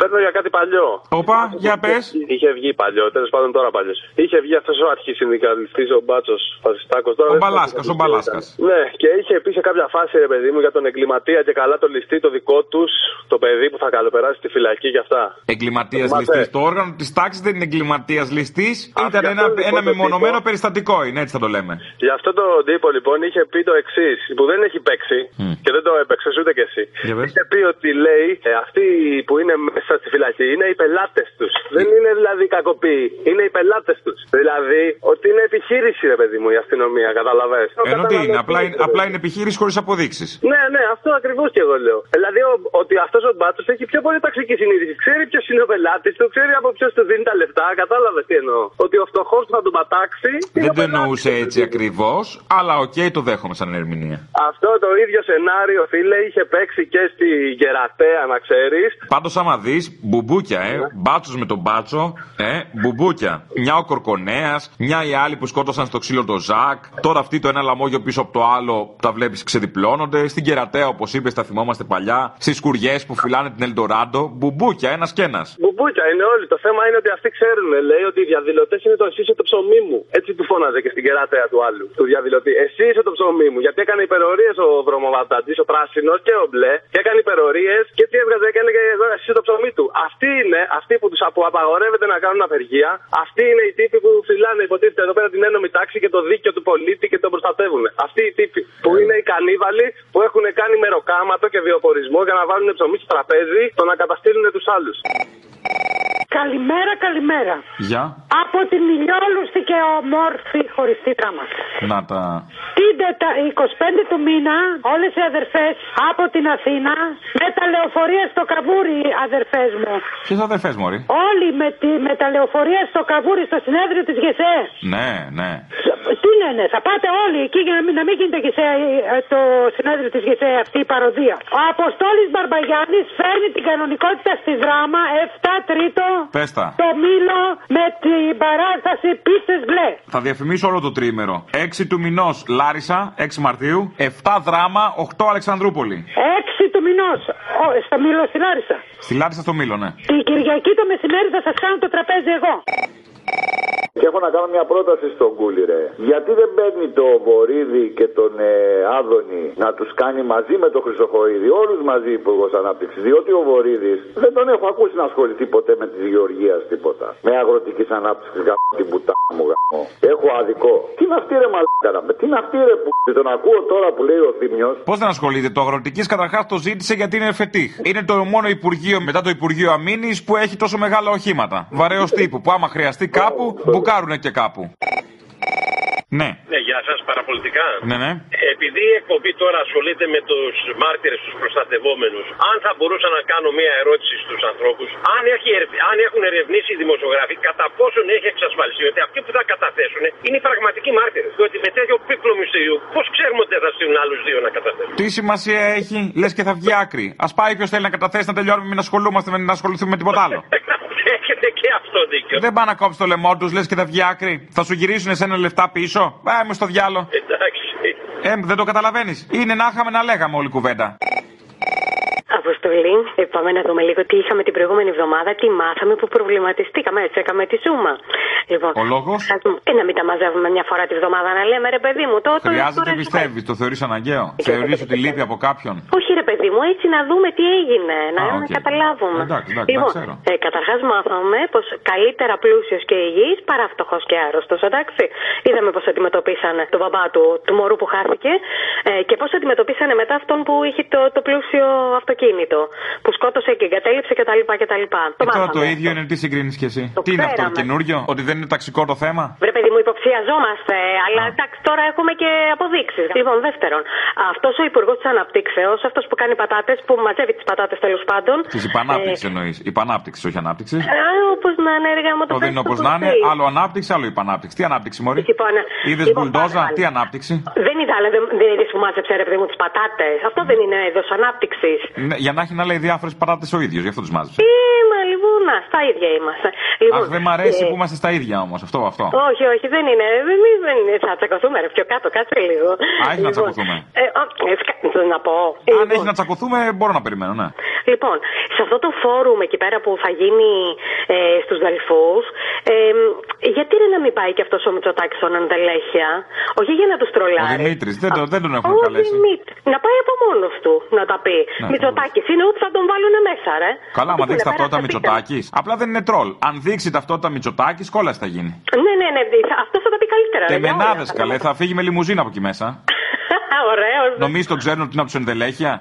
Speaker 19: Παίρνω για κάτι παλιό.
Speaker 2: Όπα, για πε.
Speaker 19: Είχε βγει παλιό, τέλος πάντων τώρα παλιός. Είχε βγει αυτός ο αρχισυνδικαλιστής ο Μπάτσος Φασιστάκο.
Speaker 2: Ο Μπαλάσκας, ο Μπαλάσκας.
Speaker 19: Ναι, και είχε πει σε κάποια φάση, ρε παιδί μου, για τον εγκληματία και καλά το ληστή το δικό τους, το παιδί που θα καλοπεράσει στη φυλακή και αυτά.
Speaker 2: Εγκληματίας
Speaker 19: Θυμάστε.
Speaker 2: ληστής. Το όργανο της τάξης δεν είναι εγκληματίας ληστής. Ήταν
Speaker 19: γι' αυτό
Speaker 2: ένα,
Speaker 19: λοιπόν
Speaker 2: ένα
Speaker 19: το
Speaker 2: μεμονωμένο
Speaker 19: τύπο.
Speaker 2: περιστατικό, είναι έτσι θα το λέμε.
Speaker 19: Γι' αυτό τον τύπο λοιπόν είχε πει το εξής, που δεν έχει παίξει και δεν το έπαιξες ούτε κι εσύ.
Speaker 2: Για πες.
Speaker 19: Είχε πει ότι λέει ε, αυτοί που είναι μέσα στη φυλακή είναι οι πελάτες τους. Δεν είναι δηλαδή κακοποιοί, είναι οι πελάτες τους. Δηλαδή ότι είναι επιχείρηση, ρε παιδί μου, η αστυνομία, καταλαβέ.
Speaker 2: Ενώ τι είναι, απλά είναι, απλά είναι επιχείρηση χωρίς αποδείξεις.
Speaker 19: Ναι, ναι, αυτό ακριβώς και εγώ λέω. Δηλαδή ο- ότι αυτός ο μπάτσο έχει πιο πολύ ταξική συνείδηση. Ξέρει ποιος είναι ο πελάτης του, ξέρει από ποιος του δίνει τα λεφτά. Κατάλαβες τι εννοώ. Ότι ο φτωχός που θα τον πατάξει. είναι
Speaker 2: Δεν
Speaker 19: ο
Speaker 2: το
Speaker 19: πελάτης.
Speaker 2: εννοούσε έτσι ακριβώς, αλλά οκ, το δέχομαι σαν ερμηνεία.
Speaker 19: Αυτό το ίδιο σενάριο, φίλε, είχε παίξει και στη Γερατέα, να ξέρεις.
Speaker 2: Πάντως, άμα δεις, μπουμπούκια, ε. Μπάτσος με τον μπάτσο, ε. Μπουμπούκια. Μια ο Κορκονέας, μια οι άλλοι που σκότωσαν στο ξύλο το Ζακ. Τώρα αυτοί το ένα λαμόγιο πίσω από το άλλο τα βλέπεις ξεδιπλώνονται. Στην κερατέα, όπως είπες, τα θυμόμαστε παλιά. Στις σκουριέ που φυλάνε την Ελντοράντο. Μπουμπούκια, ένας και ένας.
Speaker 19: Μπουμπούκια είναι όλοι. Το θέμα είναι ότι αυτοί ξέρουν. Λέει ότι οι διαδηλωτές είναι το εσύ είσαι το ψωμί μου. Έτσι του φώναζε και στην κερατέα του άλλου. Του διαδηλωτή. Εσύ είσαι το ψωμί μου. Γιατί έκανε υπερορίες ο βρωμοβατατή, ο πράσινος και ο μπλε. Και έκανε υπερορίες και τι έβγαζε και έλεγε εδώ εσύ είσαι το ψωμί του. Αυτοί είναι, αυτοί που τους απαγορεύεται να κάνουν απεργία. Αυτοί είναι οι τύποι που φυλάνε υποτίθεται εδώ πέρα την ένωμη τάξη και το δίκαιο του πολίτη και τον προστατεύουν. Αυτοί οι τύποι που είναι οι κανίβαλοι που έχουν κάνει μεροκάματο και βιοπορισμό για να βάλουν ψωμί στο τραπέζι, το να καταστήλουν τους άλλους.
Speaker 20: Καλημέρα, καλημέρα.
Speaker 2: Γεια.
Speaker 20: Από την ηλιόλουστη και ομόρφη χωριστήκα μα.
Speaker 2: Να τα.
Speaker 20: Την τετα- 25 του μήνα, όλες οι αδερφές από την Αθήνα, με τα λεωφορεία στο καβούρι, αδερφές μου.
Speaker 2: Ποιες αδερφές, Μωρή.
Speaker 20: Όλοι με, τη, με τα λεωφορεία στο καβούρι, στο συνέδριο της ΓΕΣΕ.
Speaker 2: Ναι, ναι.
Speaker 20: Τι λένε, θα πάτε όλοι εκεί για να μην, να μην γίνεται και σε, ε, το συνέδριο της ΓΕΣΕ αυτή η παροδία. Ο Αποστόλης Μπαρμπαγιάννης φέρνει την κανονικότητα στη δράμα 7 τρίτο
Speaker 2: Πες τα.
Speaker 20: το μήλο με την παράσταση πίτσες μπλε.
Speaker 2: Θα διαφημίσω όλο το τρίμερο. 6 του μηνός Λάρισα, 6 Μαρτίου. 7 δράμα, 8 Αλεξανδρούπολη.
Speaker 20: 6 του μηνός. Στο μήλο στην Άρισα.
Speaker 2: Στη Λάρισα στο Μήλο, ναι.
Speaker 20: Την Κυριακή το μεσημέρι θα σας κάνω το τραπέζι εγώ.
Speaker 21: Και έχω να κάνω μια πρόταση στον Κούλι, ρε. Γιατί δεν παίρνει το Βορύδι και τον ε, Άδωνη να τους κάνει μαζί με τον Χρυσοχοίδη, όλους μαζί υπουργός ανάπτυξης. Διότι ο Βορύδης δεν τον έχω ακούσει να ασχοληθεί ποτέ με της γεωργίας τίποτα. Με αγροτικής ανάπτυξης, γάμο την πουτά μου, γάμο. Έχω αδικό. Τι να αυτή ρε μαλάκα να με, τι να αυτή ρε που τον ακούω τώρα που λέει ο Θήμιος.
Speaker 2: Πώς δεν ασχολείται, το αγροτικής καταρχάς το ζήτησε γιατί είναι φετίχ. Είναι το μόνο Υπουργείο μετά το Υπουργείο Αμήνης που έχει τόσο μεγάλα οχήματα. Βαρέως τύπου που άμα χρειαστεί κάπου, μπουκάρουνε και κάπου. Ναι,
Speaker 22: Ναι, γεια σας, παραπολιτικά.
Speaker 2: ναι, ναι.
Speaker 22: Επειδή η εκπομπή τώρα ασχολείται με τους μάρτυρες, τους προστατευόμενους, αν θα μπορούσα να κάνω μία ερώτηση στους ανθρώπους, αν, έχει ερευ- αν έχουν ερευνήσει οι δημοσιογράφοι κατά πόσον έχει εξασφαλιστεί ότι αυτοί που θα καταθέσουν είναι οι πραγματικοί μάρτυρες. Διότι με τέτοιο πίπλο μυστηρίου, πώς ξέρουμε ότι δεν θα στείλουν άλλους δύο να καταθέσουν.
Speaker 2: Τι σημασία έχει, λες και θα βγει άκρη. Ας πάει ποιο θέλει να καταθέσει να τελειώνουμε, μην ασχολούμαστε με να ασχοληθούμε με τίποτα άλλο.
Speaker 22: Έχετε και αυτό δίκιο.
Speaker 2: Δεν πάνε να κόψει το λαιμό τους, λες και θα βγει άκρη. Θα σου γυρίσουν εσένα λεφτά πίσω. Πάμε στο διάλο.
Speaker 22: Εντάξει.
Speaker 2: Ε, δεν το καταλαβαίνεις. Είναι να είχαμε να λέγαμε όλη κουβέντα.
Speaker 23: Αποστολή, ε, πάμε να δούμε λίγο τι είχαμε την προηγούμενη εβδομάδα, τι μάθαμε που προβληματιστήκαμε. Έτσι έκαμε τη ζούμα. Λοιπόν,
Speaker 2: Ο λόγος
Speaker 23: θα δούμε. Ε, να μην τα μαζεύουμε μια φορά τη βδομάδα να λέμε ρε παιδί μου, τότε.
Speaker 2: χρειάζεται πιστεύεις. Το θεωρείς αναγκαίο. Θεωρεί ότι λείπει από κάποιον.
Speaker 23: Όχι ρε παιδί μου, έτσι να δούμε τι έγινε, να,
Speaker 2: Α,
Speaker 23: να
Speaker 2: οκ.
Speaker 23: καταλάβουμε.
Speaker 2: Εντάξει, εντάξει,
Speaker 23: λοιπόν,
Speaker 2: τα ξέρω.
Speaker 23: ε, καταρχάς μάθαμε πως καλύτερα πλούσιος και υγιής παρά φτωχός και άρρωστος, εντάξει. Είδαμε πώ αντιμετωπίσαν τον μπαμπά του, του μωρού που χάθηκε ε, και πώ αντιμετωπίσανε μετά αυτόν που είχε το, το πλούσιο αυτοκίνητο που σκότωσε και εγκατέλειψε κτλ. κτλ.
Speaker 2: Και Ε, τώρα το ίδιο είναι τι συγκρίνεις κι εσύ. Τι είναι αυτό το
Speaker 23: ξέραμε.
Speaker 2: καινούριο, ότι δεν είναι ταξικό το θέμα.
Speaker 23: Βρε παιδί μου, υποψιαζόμαστε, αλλά εντάξει, τώρα έχουμε και αποδείξεις. Λοιπόν, δεύτερον, αυτός ο υπουργός της Αναπτύξεως, αυτός που κάνει πατάτες, που μαζεύει τις πατάτες τέλος πάντων. ε,
Speaker 2: Τη υπανάπτυξη εννοείς. Υπανάπτυξης, όχι ανάπτυξης.
Speaker 23: Όπως να είναι, έργα μου το
Speaker 2: Το
Speaker 23: πες
Speaker 2: δίνει
Speaker 23: στο
Speaker 2: όπω να είναι,
Speaker 23: κουτί.
Speaker 2: άλλο ανάπτυξη, άλλο υπανάπτυξη. Τι ανάπτυξη, Μωρή. Είδες
Speaker 23: Λοιπόν,
Speaker 2: μπουλντόζα,
Speaker 23: πάλι.
Speaker 2: τι ανάπτυξη.
Speaker 23: Δεν είδα, αλλά δεν, δεν είδες που μάζεψε ρε παιδί μου τις πατάτες. Αυτό δεν είναι είδος ανάπτυξης.
Speaker 2: Ναι, Για να έχει να λέει διάφορες παράτες ο ίδιος, γι' αυτό τους μάζεψε.
Speaker 23: Ε, μα λοιπόν, να, στα ίδια είμαστε. Λοιπόν,
Speaker 2: Αχ, δεν μ' αρέσει
Speaker 23: ε,
Speaker 2: που είμαστε στα ίδια όμως. Αυτό, αυτό.
Speaker 23: Όχι, όχι, δεν είναι. Δεν, είναι- δεν είναι. Θα τσακωθούμε ρε, πιο κάτω, κάτσε λίγο.
Speaker 2: Α, έχει να
Speaker 23: Λοιπόν,
Speaker 2: τσακωθούμε.
Speaker 23: Ε, ο, ε, φκα- να πω.
Speaker 2: Αν έχει να τσακωθούμε, μπορώ να περιμένω, ναι.
Speaker 23: Λοιπόν, σε αυτό το φόρουμ εκεί πέρα που θα γίνει ε, στους Δελφούς, ε, γιατί ρε να μην πάει και αυτός ο Μητσοτάκης στον Αντελέχεια, όχι για να τους
Speaker 2: Ο
Speaker 23: τρολάρει.
Speaker 2: Δημήτρης, δεν, το- δεν τον
Speaker 23: Ο
Speaker 2: έχουν καλέσει.
Speaker 23: Δημήτρη. Να πάει από μόνος του να τα πει.
Speaker 2: Ναι,
Speaker 23: Μητσοτάκη είναι όπου θα τον βάλουν μέσα, ρε.
Speaker 2: Καλά, μα
Speaker 23: Τι πούνε,
Speaker 2: δείξει
Speaker 23: πέρα
Speaker 2: ταυτότητα
Speaker 23: θα πείτε.
Speaker 2: Μητσοτάκης. Απλά δεν είναι τρολ. Αν δείξει ταυτότητα Μητσοτάκης, κόλλα θα γίνει.
Speaker 23: Ναι, ναι, ναι. θα- Αυτός θα τα πει καλύτερα. ρε, για όλα
Speaker 2: Τεμενάδε
Speaker 23: τα
Speaker 2: καλέ, θα φύγει με λιμουζίνα από εκεί μέσα.
Speaker 23: πράγματα. Ωραίος.
Speaker 2: Νομίζεις τον ξέρουν ότι είναι από τους ενδελέχεια.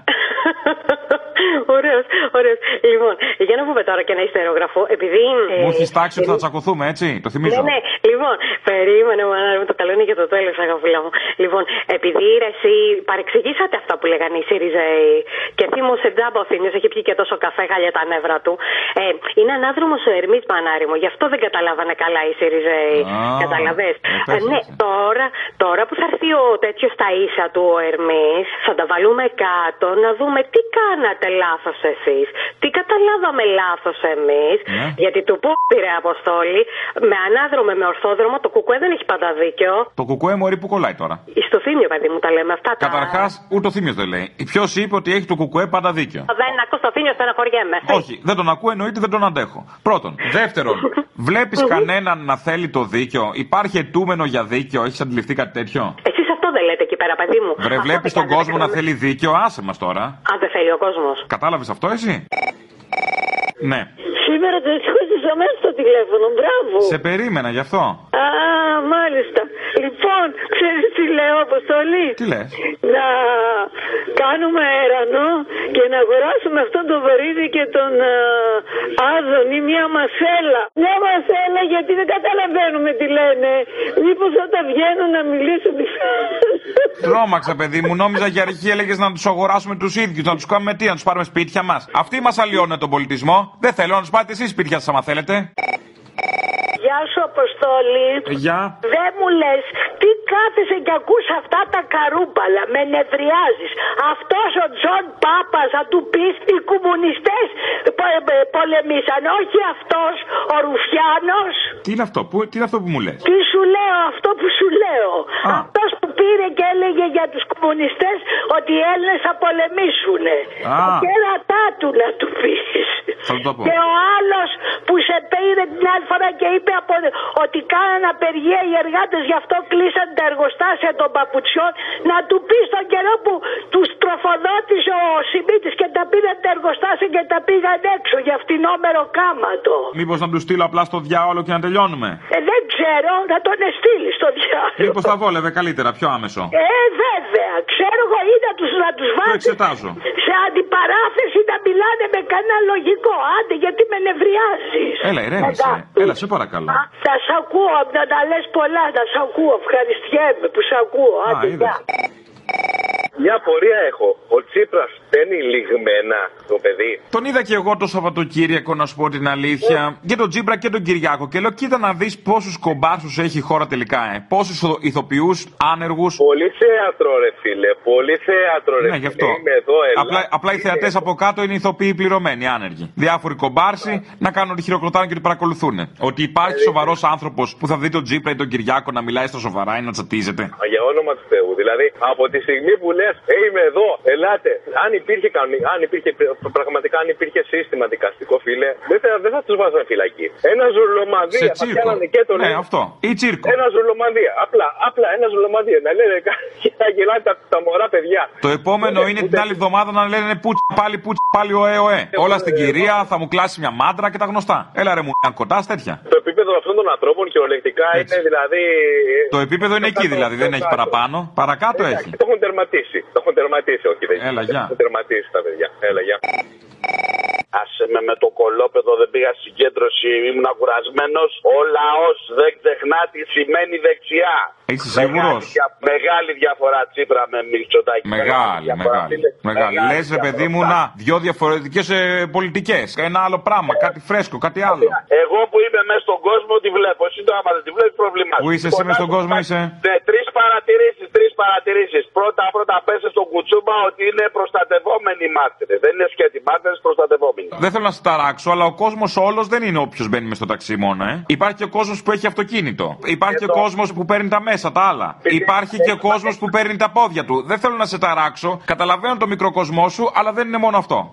Speaker 23: Ωραίος, ωραίος. Λοιπόν, για να πούμε τώρα και ένα ιστερόγραφο, επειδή... ε,
Speaker 2: Μου έχεις τάξει ότι θα
Speaker 23: εμείς-
Speaker 2: τσακωθούμε, έτσι. Το θυμίζω.
Speaker 23: Ναι, ναι, λοιπόν, περίμενε μάνα μου, το καλό είναι για το τέλος, αγαπούλα μου. Λοιπόν, επειδή ρε, εσύ παρεξηγήσατε αυτά που λέγανε οι ΣΥΡΙΖΑΕΙ και θύμωσε τζάμπα ο Θήμιος, έχει πιει και τόσο καφέ, χάλια τα νεύρα του. Ε, είναι ανάδρομος ο Ερμής Μανάρη μου, γι' αυτό δεν καταλάβανε καλά οι ΣΥΡΙΖΑΕΙ.
Speaker 24: Α,
Speaker 23: Καταλαβέ.
Speaker 24: ε, πες
Speaker 23: ναι,
Speaker 24: έτσι.
Speaker 23: τώρα, τώρα που θα έρθει ο τέτοιος στα ίσα του ο Ερμής, θα τα βάλουμε κάτω να δούμε τι κάνατε λάθος εσείς. Τι καταλάβαμε λάθος εμείς.
Speaker 2: Ναι.
Speaker 23: Γιατί του πού πήρε αποστόλη. Με ανάδρομο, με ορθόδρομο, το κουκουέ δεν έχει πάντα δίκιο.
Speaker 2: Το κουκουέ μωρή που κολλάει τώρα.
Speaker 23: Στο θύμιο, παιδί μου, τα λέμε αυτά.
Speaker 2: Καταρχάς, ούτε ο Θήμιο δεν λέει. Ποιος είπε ότι έχει το κουκουέ πάντα δίκιο.
Speaker 23: Τα... Δεν ακούς το θύμιο, στεναχωριέμαι.
Speaker 2: Όχι, δεν τον ακούω, εννοείται δεν τον αντέχω. Πρώτον. Δεύτερον, βλέπεις κανέναν να θέλει το δίκιο. Υπάρχει αιτούμενο για δίκιο, έχεις αντιληφθεί κάτι τέτοιο.
Speaker 23: Εσεί αυτό δεν λέτε εκεί πέρα, παιδί μου.
Speaker 2: Βρε, βλέπει τον κόσμο να θέλει δίκιο, άσε μας τώρα.
Speaker 23: Αν δεν θέλει ο κόσμος.
Speaker 2: Κατάλαβες αυτό εσύ. Ναι.
Speaker 25: Σήμερα το σηκώσε αμέσω το τηλέφωνο. Μπράβο.
Speaker 2: Σε περίμενα γι' αυτό.
Speaker 25: Α, μάλιστα. Λοιπόν, ξέρεις τι λέω, Αποστολή.
Speaker 2: Τι λες?
Speaker 25: Να κάνουμε έρανο και να αγοράσουμε αυτόν τον Βαρύδη και τον α, Άδωνη μια μασέλα. Μια μασέλα γιατί δεν καταλαβαίνουμε τι λένε. Μήπως όταν βγαίνουν να μιλήσουν.
Speaker 2: Τρόμαξα, παιδί μου. Νόμιζα για αρχή έλεγες να τους αγοράσουμε τους ίδιους, να τους κάνουμε τι, να τους πάρουμε σπίτια μας. Αυτοί μας αλλοιώνουν τον πολιτισμό. Δεν θέλω να τους πάτε εσείς σπίτια σας, άμα θέλετε.
Speaker 25: Γεια σου, Αποστολή.
Speaker 2: Ε, Γεια.
Speaker 25: Δεν μου λες τι κάθεσαι και ακούς αυτά τα καρούμπαλα, με νευριάζεις. Αυτός ο Τζον Πάπας θα του πεις οι κομμουνιστές πο- ε, πολεμήσαν, όχι αυτός ο Ρουφιάνος.
Speaker 2: Τι είναι αυτό, που, τι είναι αυτό που μου λες.
Speaker 25: Τι σου λέω, αυτό που σου λέω. Αυτός που πήρε και έλεγε για τους κομμουνιστές ότι οι Έλληνες θα πολεμήσουν.
Speaker 2: Α.
Speaker 25: Και ρατά του να του πεις.
Speaker 2: Θα του το πω.
Speaker 25: Και ο άλλος που σε πήρε την άλλη φορά και είπε από, ότι κάναν απεργία οι εργάτες, γι' αυτό κλείσαν τα εργοστάσια των παπουτσιών. Να του πεις στον καιρό που τους τροφοδότησε ο Σιμίτης και τα πήραν τα εργοστάσια και τα πήγαν έξω για φτηνόμερο κάματο.
Speaker 2: Μήπως να τους στείλω απλά στο διάολο και να τελειώνουμε.
Speaker 25: Ε, δεν ξέρω, να τον στείλεις στο διάλογο.
Speaker 2: Μήπως θα βόλευε καλύτερα, πιο άμεσο.
Speaker 25: Ε, βέβαια, ξέρω εγώ ή να τους, να τους
Speaker 2: Το
Speaker 25: βάζεις
Speaker 2: εξετάζω.
Speaker 25: σε αντιπαράθεση να μιλάνε με κανένα λογικό. Άντε, γιατί με νευριάζεις.
Speaker 2: Έλα,
Speaker 25: Να
Speaker 2: ηρέμησε.
Speaker 25: τα-
Speaker 2: Έλα, σε παρακαλώ.
Speaker 25: Α, Θα σ' ακούω, να τα λες πολλά, να σ' ακούω. Ευχαριστιέμαι που σ' ακούω. Άντε,
Speaker 2: είδες.
Speaker 25: γεια.
Speaker 4: Μια πορεία έχω. Ο Τσίπρας παίρνει λιγμένα το παιδί.
Speaker 2: Τον είδα και εγώ το Σαββατοκύριακο, να σου πω την αλήθεια. Και τον Τζίμπρα και τον Κυριάκο. Και λέω, κοίτα να δεις πόσους κομπάρσους έχει η χώρα τελικά. Ε. Πόσους ηθοποιούς άνεργους.
Speaker 4: Πολύ θέατρο, ρε φίλε. Πολύ θέατρο, ρε
Speaker 2: Ναι, γι'
Speaker 4: φίλε.
Speaker 2: αυτό.
Speaker 4: Είμαι εδώ, έλα. Ε,
Speaker 2: Απλά, απλά οι θεατέ από κάτω είναι ηθοποιοί πληρωμένοι, άνεργοι. Διάφοροι κομπάρσοι να κάνουν ότι χειροκροτάνε και ότι παρακολουθούν. Ότι
Speaker 4: Ε,
Speaker 2: υπάρχει σοβαρός άνθρωπος που θα δει τον Τζίπρα ή τον Κυριάκο να μιλάει στα σοβαρά ή να τσατίζεται.
Speaker 4: Μα Για όνομα του Θεού. Δηλαδή, από τη στιγμή που λες, ε, είμαι εδώ, ελάτε. Αν υπήρχε, κανονι- αν υπήρχε π- πραγματικά, αν υπήρχε σύστημα δικαστικό, φίλε, δεν θα, δεν θα τους βάζανε φυλακή. Ένα
Speaker 2: Σε
Speaker 4: ζουρλομανδία θα
Speaker 2: τσίρκο.
Speaker 4: πιάνανε και τον
Speaker 2: Ναι,
Speaker 4: ένα.
Speaker 2: αυτό. Ή τσίρκο.
Speaker 4: Ένα ζουρλομανδία. Απλά, απλά ένα ζουρλομανδία. Να λένε κα- και να γελάνε τα, τα μωρά παιδιά.
Speaker 2: Το επόμενο είναι την άλλη εβδομάδα να λένε πούτσα πάλι, πούτσα πάλι, οέ, οέ.
Speaker 4: Ε,
Speaker 2: Όλα στην κυρία, θα μου κλάσει μια μάντρα και τα γνωστά. Έλα ρε μου, αν κοντά τέτοια.
Speaker 4: Το επίπεδο αυτών των ανθρώπων και ολεκτικά είναι δηλαδή.
Speaker 2: Το επίπεδο είναι εκεί δηλαδή, δεν έχει παραπάνω. Παρακάτω έχει.
Speaker 4: Το έχουν τερματίσει. Το έχουν τερματίσει, όχι. Δεν
Speaker 2: Έλα, γεια.
Speaker 4: Το έχουν τερματίσει τα παιδιά. Έλα, γεια.
Speaker 14: Άσε με με το κολόπεδο, δεν πήγα συγκέντρωση, ήμουν κουρασμένο. Ο λαός δεν ξεχνά τι σημαίνει δεξιά.
Speaker 2: Είσαι σίγουρος.
Speaker 14: Δια- Μεγάλη διαφορά Τσίπρα με Μητσοτάκη.
Speaker 2: Μεγάλη, μεγάλη. μεγάλη. Λες, ρε παιδί μου, να, δυο διαφορετικές ε, πολιτικές. Ένα άλλο πράγμα, κάτι φρέσκο, κάτι άλλο.
Speaker 14: Εγώ που είμαι μέσα στον κόσμο τη βλέπω. Εσύ το άμα δεν τη βλέπεις, προβλημάτισε.
Speaker 2: Πού είσαι εσύ μες στον κόσμο, είσαι.
Speaker 14: Ναι, τρεις παρατηρήσεις, τρεις παρατηρήσεις. Πρώτα πρώτα πέσε στον κουτσούμπα ότι είναι προστατευόμενοι οι μάρτυρες. Δεν είναι σκέτη μάρτυρες, προστατευόμενοι.
Speaker 2: Δεν θέλω να σε ταράξω, αλλά ο κόσμος όλος δεν είναι όποιος μπαίνει μες στο ταξί μόνο, ε. Υπάρχει και ο κόσμος που έχει αυτοκίνητο. Υπάρχει και ο κόσμος που παίρνει τα μέσα, τα άλλα. Υπάρχει και ο κόσμος που παίρνει τα πόδια του. Δεν θέλω να σε ταράξω. Καταλαβαίνω το μικρό κοσμό σου, αλλά δεν είναι μόνο αυτό.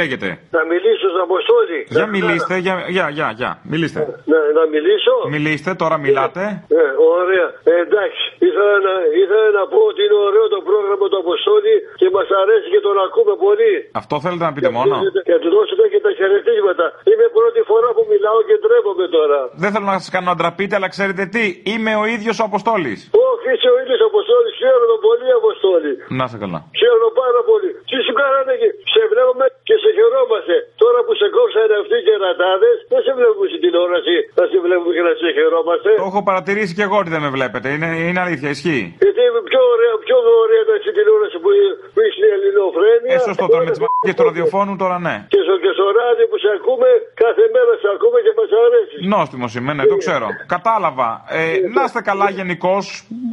Speaker 2: Λέγεται.
Speaker 26: Να μιλήσω στον Αποστόλη.
Speaker 2: Για
Speaker 26: Να-
Speaker 2: μιλήστε, για, για, για, για. Μιλήστε.
Speaker 26: Να, να μιλήσω.
Speaker 2: Μιλήστε, τώρα μιλάτε.
Speaker 26: Ε, ωραία. Ε, εντάξει. Ήθελα να, ήθελα να πω ότι είναι ωραίο το πρόγραμμα του Αποστόλη και μας αρέσει και τον ακούμε πολύ.
Speaker 2: Αυτό θέλετε να πείτε μόνο.
Speaker 26: Και του δώσετε και τα χαιρετίσματα. Είναι πρώτη φορά που μιλάω και ντρέπομαι τώρα.
Speaker 2: Δεν θέλω να σας κάνω να ντραπείτε, αλλά ξέρετε τι, είμαι ο ίδιος ο Αποστόλης.
Speaker 26: Όχι, είσαι ο ίδιος Αποστόλης. Χαίρομαι πολύ, Αποστόλη.
Speaker 2: Να σε καλά.
Speaker 26: Χαίρομαι πάρα πολύ. Τι σου κάνανε εκεί. Σε βλέπουμε και σε χαιρόμαστε. Τώρα που σε κόψανε αυτοί οι κερατάδε, δεν σε βλέπουμε στην τηλεόραση. Να σε βλέπουμε και να σε χαιρόμαστε.
Speaker 2: Το έχω παρατηρήσει και εγώ ότι δεν με βλέπετε. Είναι, είναι αλήθεια, ισχύει.
Speaker 26: Γιατί είναι πιο ωραία, πιο ωραία ήταν στην τηλεόραση που, που είχε η ελληνοφρένεια.
Speaker 2: Ε, σωστό, τώρα με τις μαγικέ του ραδιοφώνου τώρα ναι.
Speaker 26: Και στο, και στο ράδιο που σε ακούμε, κάθε μέρα σε ακούμε και μας αρέσει.
Speaker 2: Νόστιμος είμαι, ναι, το ξέρω. Κατάλαβα. Ε, να είστε καλά, γενικώς.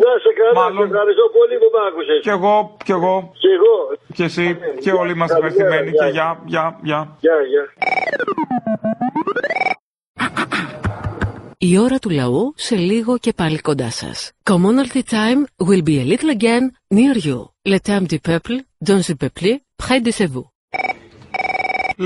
Speaker 26: Να σε καλά, σε ευχαριστώ πολύ που με άκουσες.
Speaker 2: Κι εγώ, κι εγώ,
Speaker 26: Και εγώ.
Speaker 2: κι εσύ, και όλοι είμαστε ευχαριστημένοι. Και γεια, γεια, γεια.
Speaker 26: Γεια, γεια.
Speaker 3: Η ώρα του λαού σε λίγο και πάλι κοντά σας. Commonalty time will be a little again near you. Le temps du peuple, dans le peuple, près de chez vous.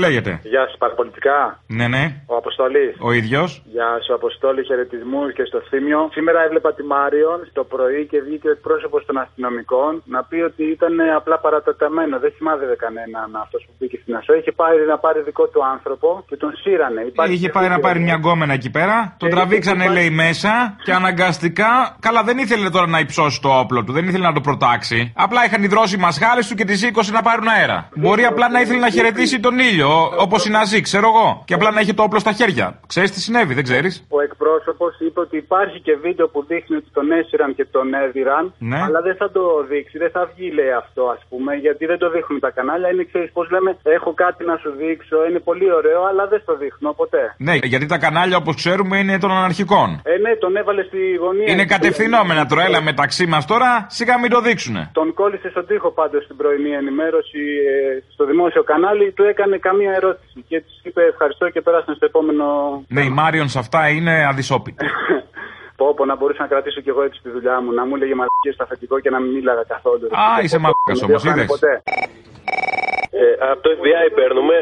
Speaker 2: Λέγεται.
Speaker 27: Γεια σου, παραπολιτικά.
Speaker 2: Ναι, ναι,
Speaker 27: Ο Αποστολή.
Speaker 2: ο ίδιος.
Speaker 27: Γεια σου, Αποστόλη, χαιρετισμού και στο θύμιο. Σήμερα έβλεπα τη Μάριον το πρωί και βγήκε ο εκπρόσωπος των αστυνομικών να πει ότι ήταν ε, απλά παρατεταμένο. Δεν σημάδευε κανέναν αυτός που μπήκε στην ΑΣΟ. Είχε πάει να πάρει δικό του άνθρωπο και τον σύρανε. Υπάρχει
Speaker 2: Είχε
Speaker 27: και
Speaker 2: πάει να
Speaker 27: βίντεο.
Speaker 2: πάρει μια γκόμενα εκεί πέρα, τον
Speaker 27: Ε,
Speaker 2: τραβήξανε
Speaker 27: υπάρχει-
Speaker 2: λέει μέσα και αναγκαστικά. Καλά, δεν ήθελε τώρα να υψώσει το όπλο του, δεν ήθελε να το προτάξει. Απλά είχαν υδρώσει οι μασχάλες του και τις σήκωσε να πάρουν αέρα. Μπορεί απλά να ήθελε να χαιρετήσει τον ήλιο. ήλιο, όπως οι Ναζί, ξέρω εγώ. Και απλά να έχει το όπλο στα χέρια. Ξέρεις τι συνέβη, δεν ξέρεις.
Speaker 27: Ο εκπρόσωπος είπε ότι υπάρχει και βίντεο που δείχνει ότι τον έσυραν και τον έδιραν.
Speaker 2: Ναι.
Speaker 27: Αλλά δεν θα το δείξει, δεν θα βγει λέει αυτό ας πούμε, γιατί δεν το δείχνουν τα κανάλια. Είναι, ξέρεις, πώς λέμε, έχω κάτι να σου δείξω, είναι πολύ ωραίο, αλλά δεν το δείχνω ποτέ.
Speaker 2: Ναι, γιατί τα κανάλια όπως ξέρουμε είναι των αναρχικών.
Speaker 27: Ε, ναι, τον έβαλε στη γωνία.
Speaker 2: Είναι κατευθυνόμενα τώρα, έλα μεταξύ μας τώρα, σιγά μην το δείξουνε.
Speaker 27: Τον κόλλησε στον τοίχο πάντως στην πρωινή ενημέρωση ε, στο δημόσιο κανάλι. Του έκανε καμία ερώτηση και της είπε ευχαριστώ και πέρασαν στο επόμενο.
Speaker 2: Ναι, η Μάριον σε αυτά είναι αδυσόπιτη.
Speaker 27: Πω, πω, να μπορούσα να κρατήσω κι εγώ έτσι τη δουλειά μου, να μου λέγε μαλακίε στο αφεντικό και να μην μίλαγα καθόλου.
Speaker 2: Α, είσαι μαλακάς όμως, είδε.
Speaker 28: Ε, από το FBI παίρνουμε.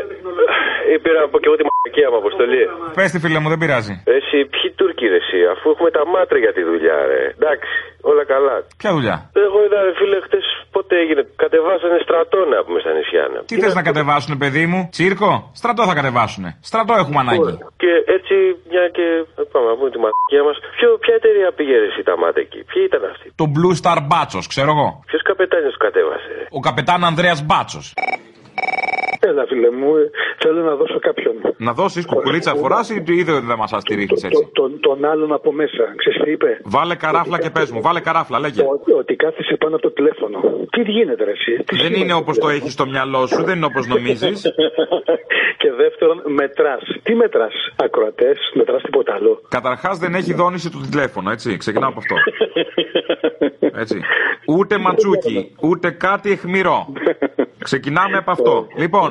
Speaker 28: Ή Ε, πήρα να πω και εγώ τη μαλακία μου αποστολή.
Speaker 2: Πες τη φίλε μου, δεν πειράζει.
Speaker 28: Ρε, Εσύ, ποιοι Τούρκοι ρε, εσύ, αφού έχουμε τα μάτρε για τη δουλειά, ρε. Εντάξει, όλα καλά.
Speaker 2: Ποια δουλειά.
Speaker 28: Εγώ είδα, ρε φίλε, χτες πότε έγινε. Κατεβάσανε στρατό να πούμε στα νησιά ναι. να
Speaker 2: Τι θες να κατεβάσουνε, παιδί μου, τσίρκο. Στρατό θα κατεβάσουνε. Στρατό έχουμε ανάγκη.
Speaker 28: Και έτσι, μια και ε, πάμε να πούμε τη μαλακία μα. Ποια εταιρεία πήγε ρε, εσύ τα μάτια εκεί, ποιοι ήταν αυτοί.
Speaker 2: Το Blue Star Μπάτσο, ξέρω εγώ.
Speaker 28: Ποιος καπετάνιος του κατέβασε, ρε.
Speaker 2: Ο καπετάν Ανδρέας Μπάτσος.
Speaker 4: Έλα, φίλε μου, ε, θέλω να δώσω κάποιον.
Speaker 2: Να δώσεις κουκουλίτσα φοράς ή το είδε ότι δεν μας θα στηρίξει
Speaker 4: Το-
Speaker 2: έτσι.
Speaker 4: τον, τον άλλον από μέσα. Ξέρεις τι είπε.
Speaker 2: Βάλε καράφλα και πες μου, βάλε καράφλα, λέγε.
Speaker 4: Ότι, ότι κάθισε πάνω από το τηλέφωνο. Τι γίνεται, ρε, εσύ. Τι
Speaker 2: Δεν
Speaker 4: σημαίνει
Speaker 2: είναι όπως το έχεις στο μυαλό σου, δεν είναι όπως νομίζεις.
Speaker 4: Και δεύτερον, μετράς. Τι μετράς, ακροατές, μετράς τίποτα άλλο.
Speaker 2: Καταρχάς δεν έχει δόνηση του τηλέφωνο, έτσι. Ξεκινάω από αυτό. Έτσι. Ούτε ματσούκι, ούτε κάτι εχμηρό. Ξεκινάμε από αυτό. Λοιπόν,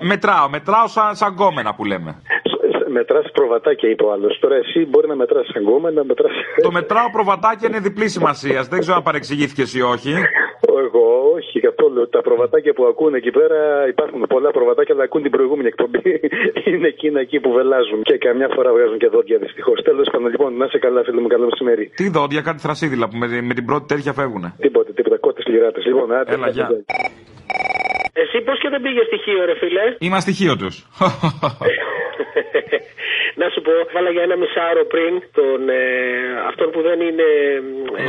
Speaker 2: μετράω, μετράω σαν, σαν γκόμενα που λέμε.
Speaker 4: Μετρά προβατάκια, είπε ο άλλος. Τώρα εσύ μπορεί να μετράς αγκώμα, να μετράς.
Speaker 2: Το μετράω προβατάκι είναι διπλής σημασίας. Δεν ξέρω αν παρεξηγήθηκες ή όχι.
Speaker 4: Εγώ όχι καθόλου. Τα προβατάκια που ακούνε εκεί πέρα υπάρχουν πολλά προβατάκια, αλλά ακούν την προηγούμενη εκπομπή. Είναι εκείνα εκεί που βελάζουν. Και καμιά φορά βγάζουν και δόντια δυστυχώς. Τέλος πάντων, λοιπόν, να είσαι καλά, φίλο μου, καλό μεσημέρι.
Speaker 2: Τι δόντια, κάτι θρασίδιλα που με, με την πρώτη τέτοια φεύγουνε.
Speaker 4: Τίποτα, τίποτα, κότες λιράτες. Λοιπόν, άντε.
Speaker 2: Έλα, γεια.
Speaker 9: Εσύ πώς και δεν πήγες στοιχείο, ρε φίλε.
Speaker 2: Είμαι στοιχείο τους.
Speaker 9: να σου πω, βάλα για ένα μισάωρο πριν τον ε, αυτόν που δεν είναι.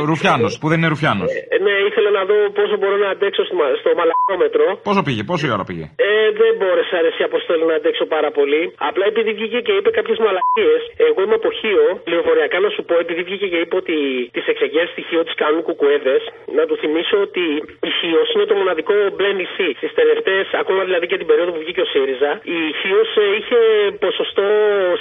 Speaker 9: ε,
Speaker 2: Ρουφιάνος, που δεν είναι Ρουφιάνος.
Speaker 9: ε, ναι, ήθελα να δω πόσο μπορώ να αντέξω στο, μα- στο μαλακόμετρο.
Speaker 2: Πόσο πήγε, πόση ώρα πήγε.
Speaker 9: Ε, δεν μπόρεσα ρε, εσύ αποστόλη να αντέξω πάρα πολύ. Απλά επειδή βγήκε και είπε κάποιες μαλακίες, εγώ είμαι από Χίο, πληροφοριακά να σου πω, επειδή βγήκε και είπε ότι τις εξεγέρσει στη Χίο τις κάνουν κουκουέδες, να του θυμίσω ότι η Χίος είναι το μοναδικό μπλε νησί. Στις τελευταίες, ακόμα δηλαδή και την περίοδο που βγήκε ο ΣΥΡΙΖΑ, η Χίος είχε ποσοστό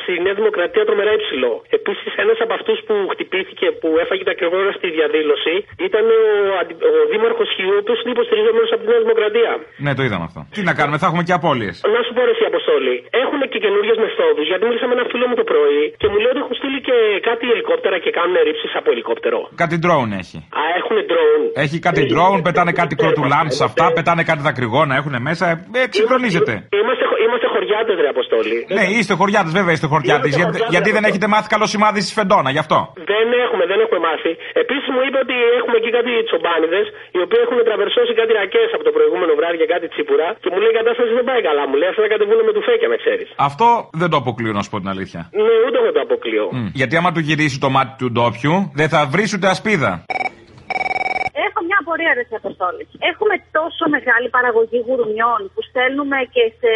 Speaker 9: στη Νέα Δημοκρατία τρομερά υψηλό. Επίσης, ένας από αυτούς που χτυπήθηκε, που έφαγε τα κρυβόνα στη διαδήλωση, ήταν ο, αντι- ο δήμαρχος Χιού, ο οποίος είναι υποστηριζόμενος από τη Νέα Δημοκρατία.
Speaker 2: Ναι, το είδαμε αυτό. Τι να κάνουμε, θα έχουμε και απώλειες.
Speaker 9: Να σου πω ρε εσύ Αποστόλη, έχουν και καινούριες μεθόδους. Γιατί μίλησα με ένα φίλο μου το πρωί και μου λέει ότι έχουν στείλει και κάτι ελικόπτερα και κάνουν ρήψεις από ελικόπτερο.
Speaker 2: Κάτι drone έχει.
Speaker 9: Α, έχουν drone.
Speaker 2: Έχει
Speaker 9: Ε,
Speaker 2: κάτι drone, πετάνε κάτι κροτουλάμψη αυτά, πετάνε κάτι δακρυγόνα, έχουν μέσα. Ε, εξυγχρονίζεται.
Speaker 9: Είμαστε, χο- είμαστε χωριάτες, ρε Αποστόλη.
Speaker 2: Ναι, είστε χωριάτες, βέβαια είστε χωριάτες.
Speaker 9: Είμαστε
Speaker 2: Γιατί,
Speaker 9: ε, χωριάτες,
Speaker 2: γιατί δεν
Speaker 9: αυτό.
Speaker 2: έχετε μάθει καλό σημάδι στη Φεντόνα, γι' αυτό.
Speaker 9: Δεν έχουμε, δεν έχουμε μάθει. Επίσης μου είπε ότι έχουμε εκεί κάτι τσομπάνιδες, οι οποίοι έχουν τραβερσώσει κάτι ρακές από το προηγούμενο βράδυ για κάτι τσίπουρα και μου λέει η κατάσταση δεν πάει καλά. Μου λέει αυτά θα κατεβούν με του φέκια, να ξέρεις.
Speaker 2: Αυτό δεν το αποκλείω, να σου πω την αλήθεια.
Speaker 9: Ναι, ούτε εγώ το αποκλείω.
Speaker 2: Μμ. Mm. Γιατί άμα του γυρίσει το μάτι του ντόπιου, δεν θα βρει ούτε ασπίδα.
Speaker 10: Έχω μια απορία, ρε σε Αποστόλη. Έχουμε τόσο μεγάλη παραγωγή γουρμιών που στέλνουμε και σε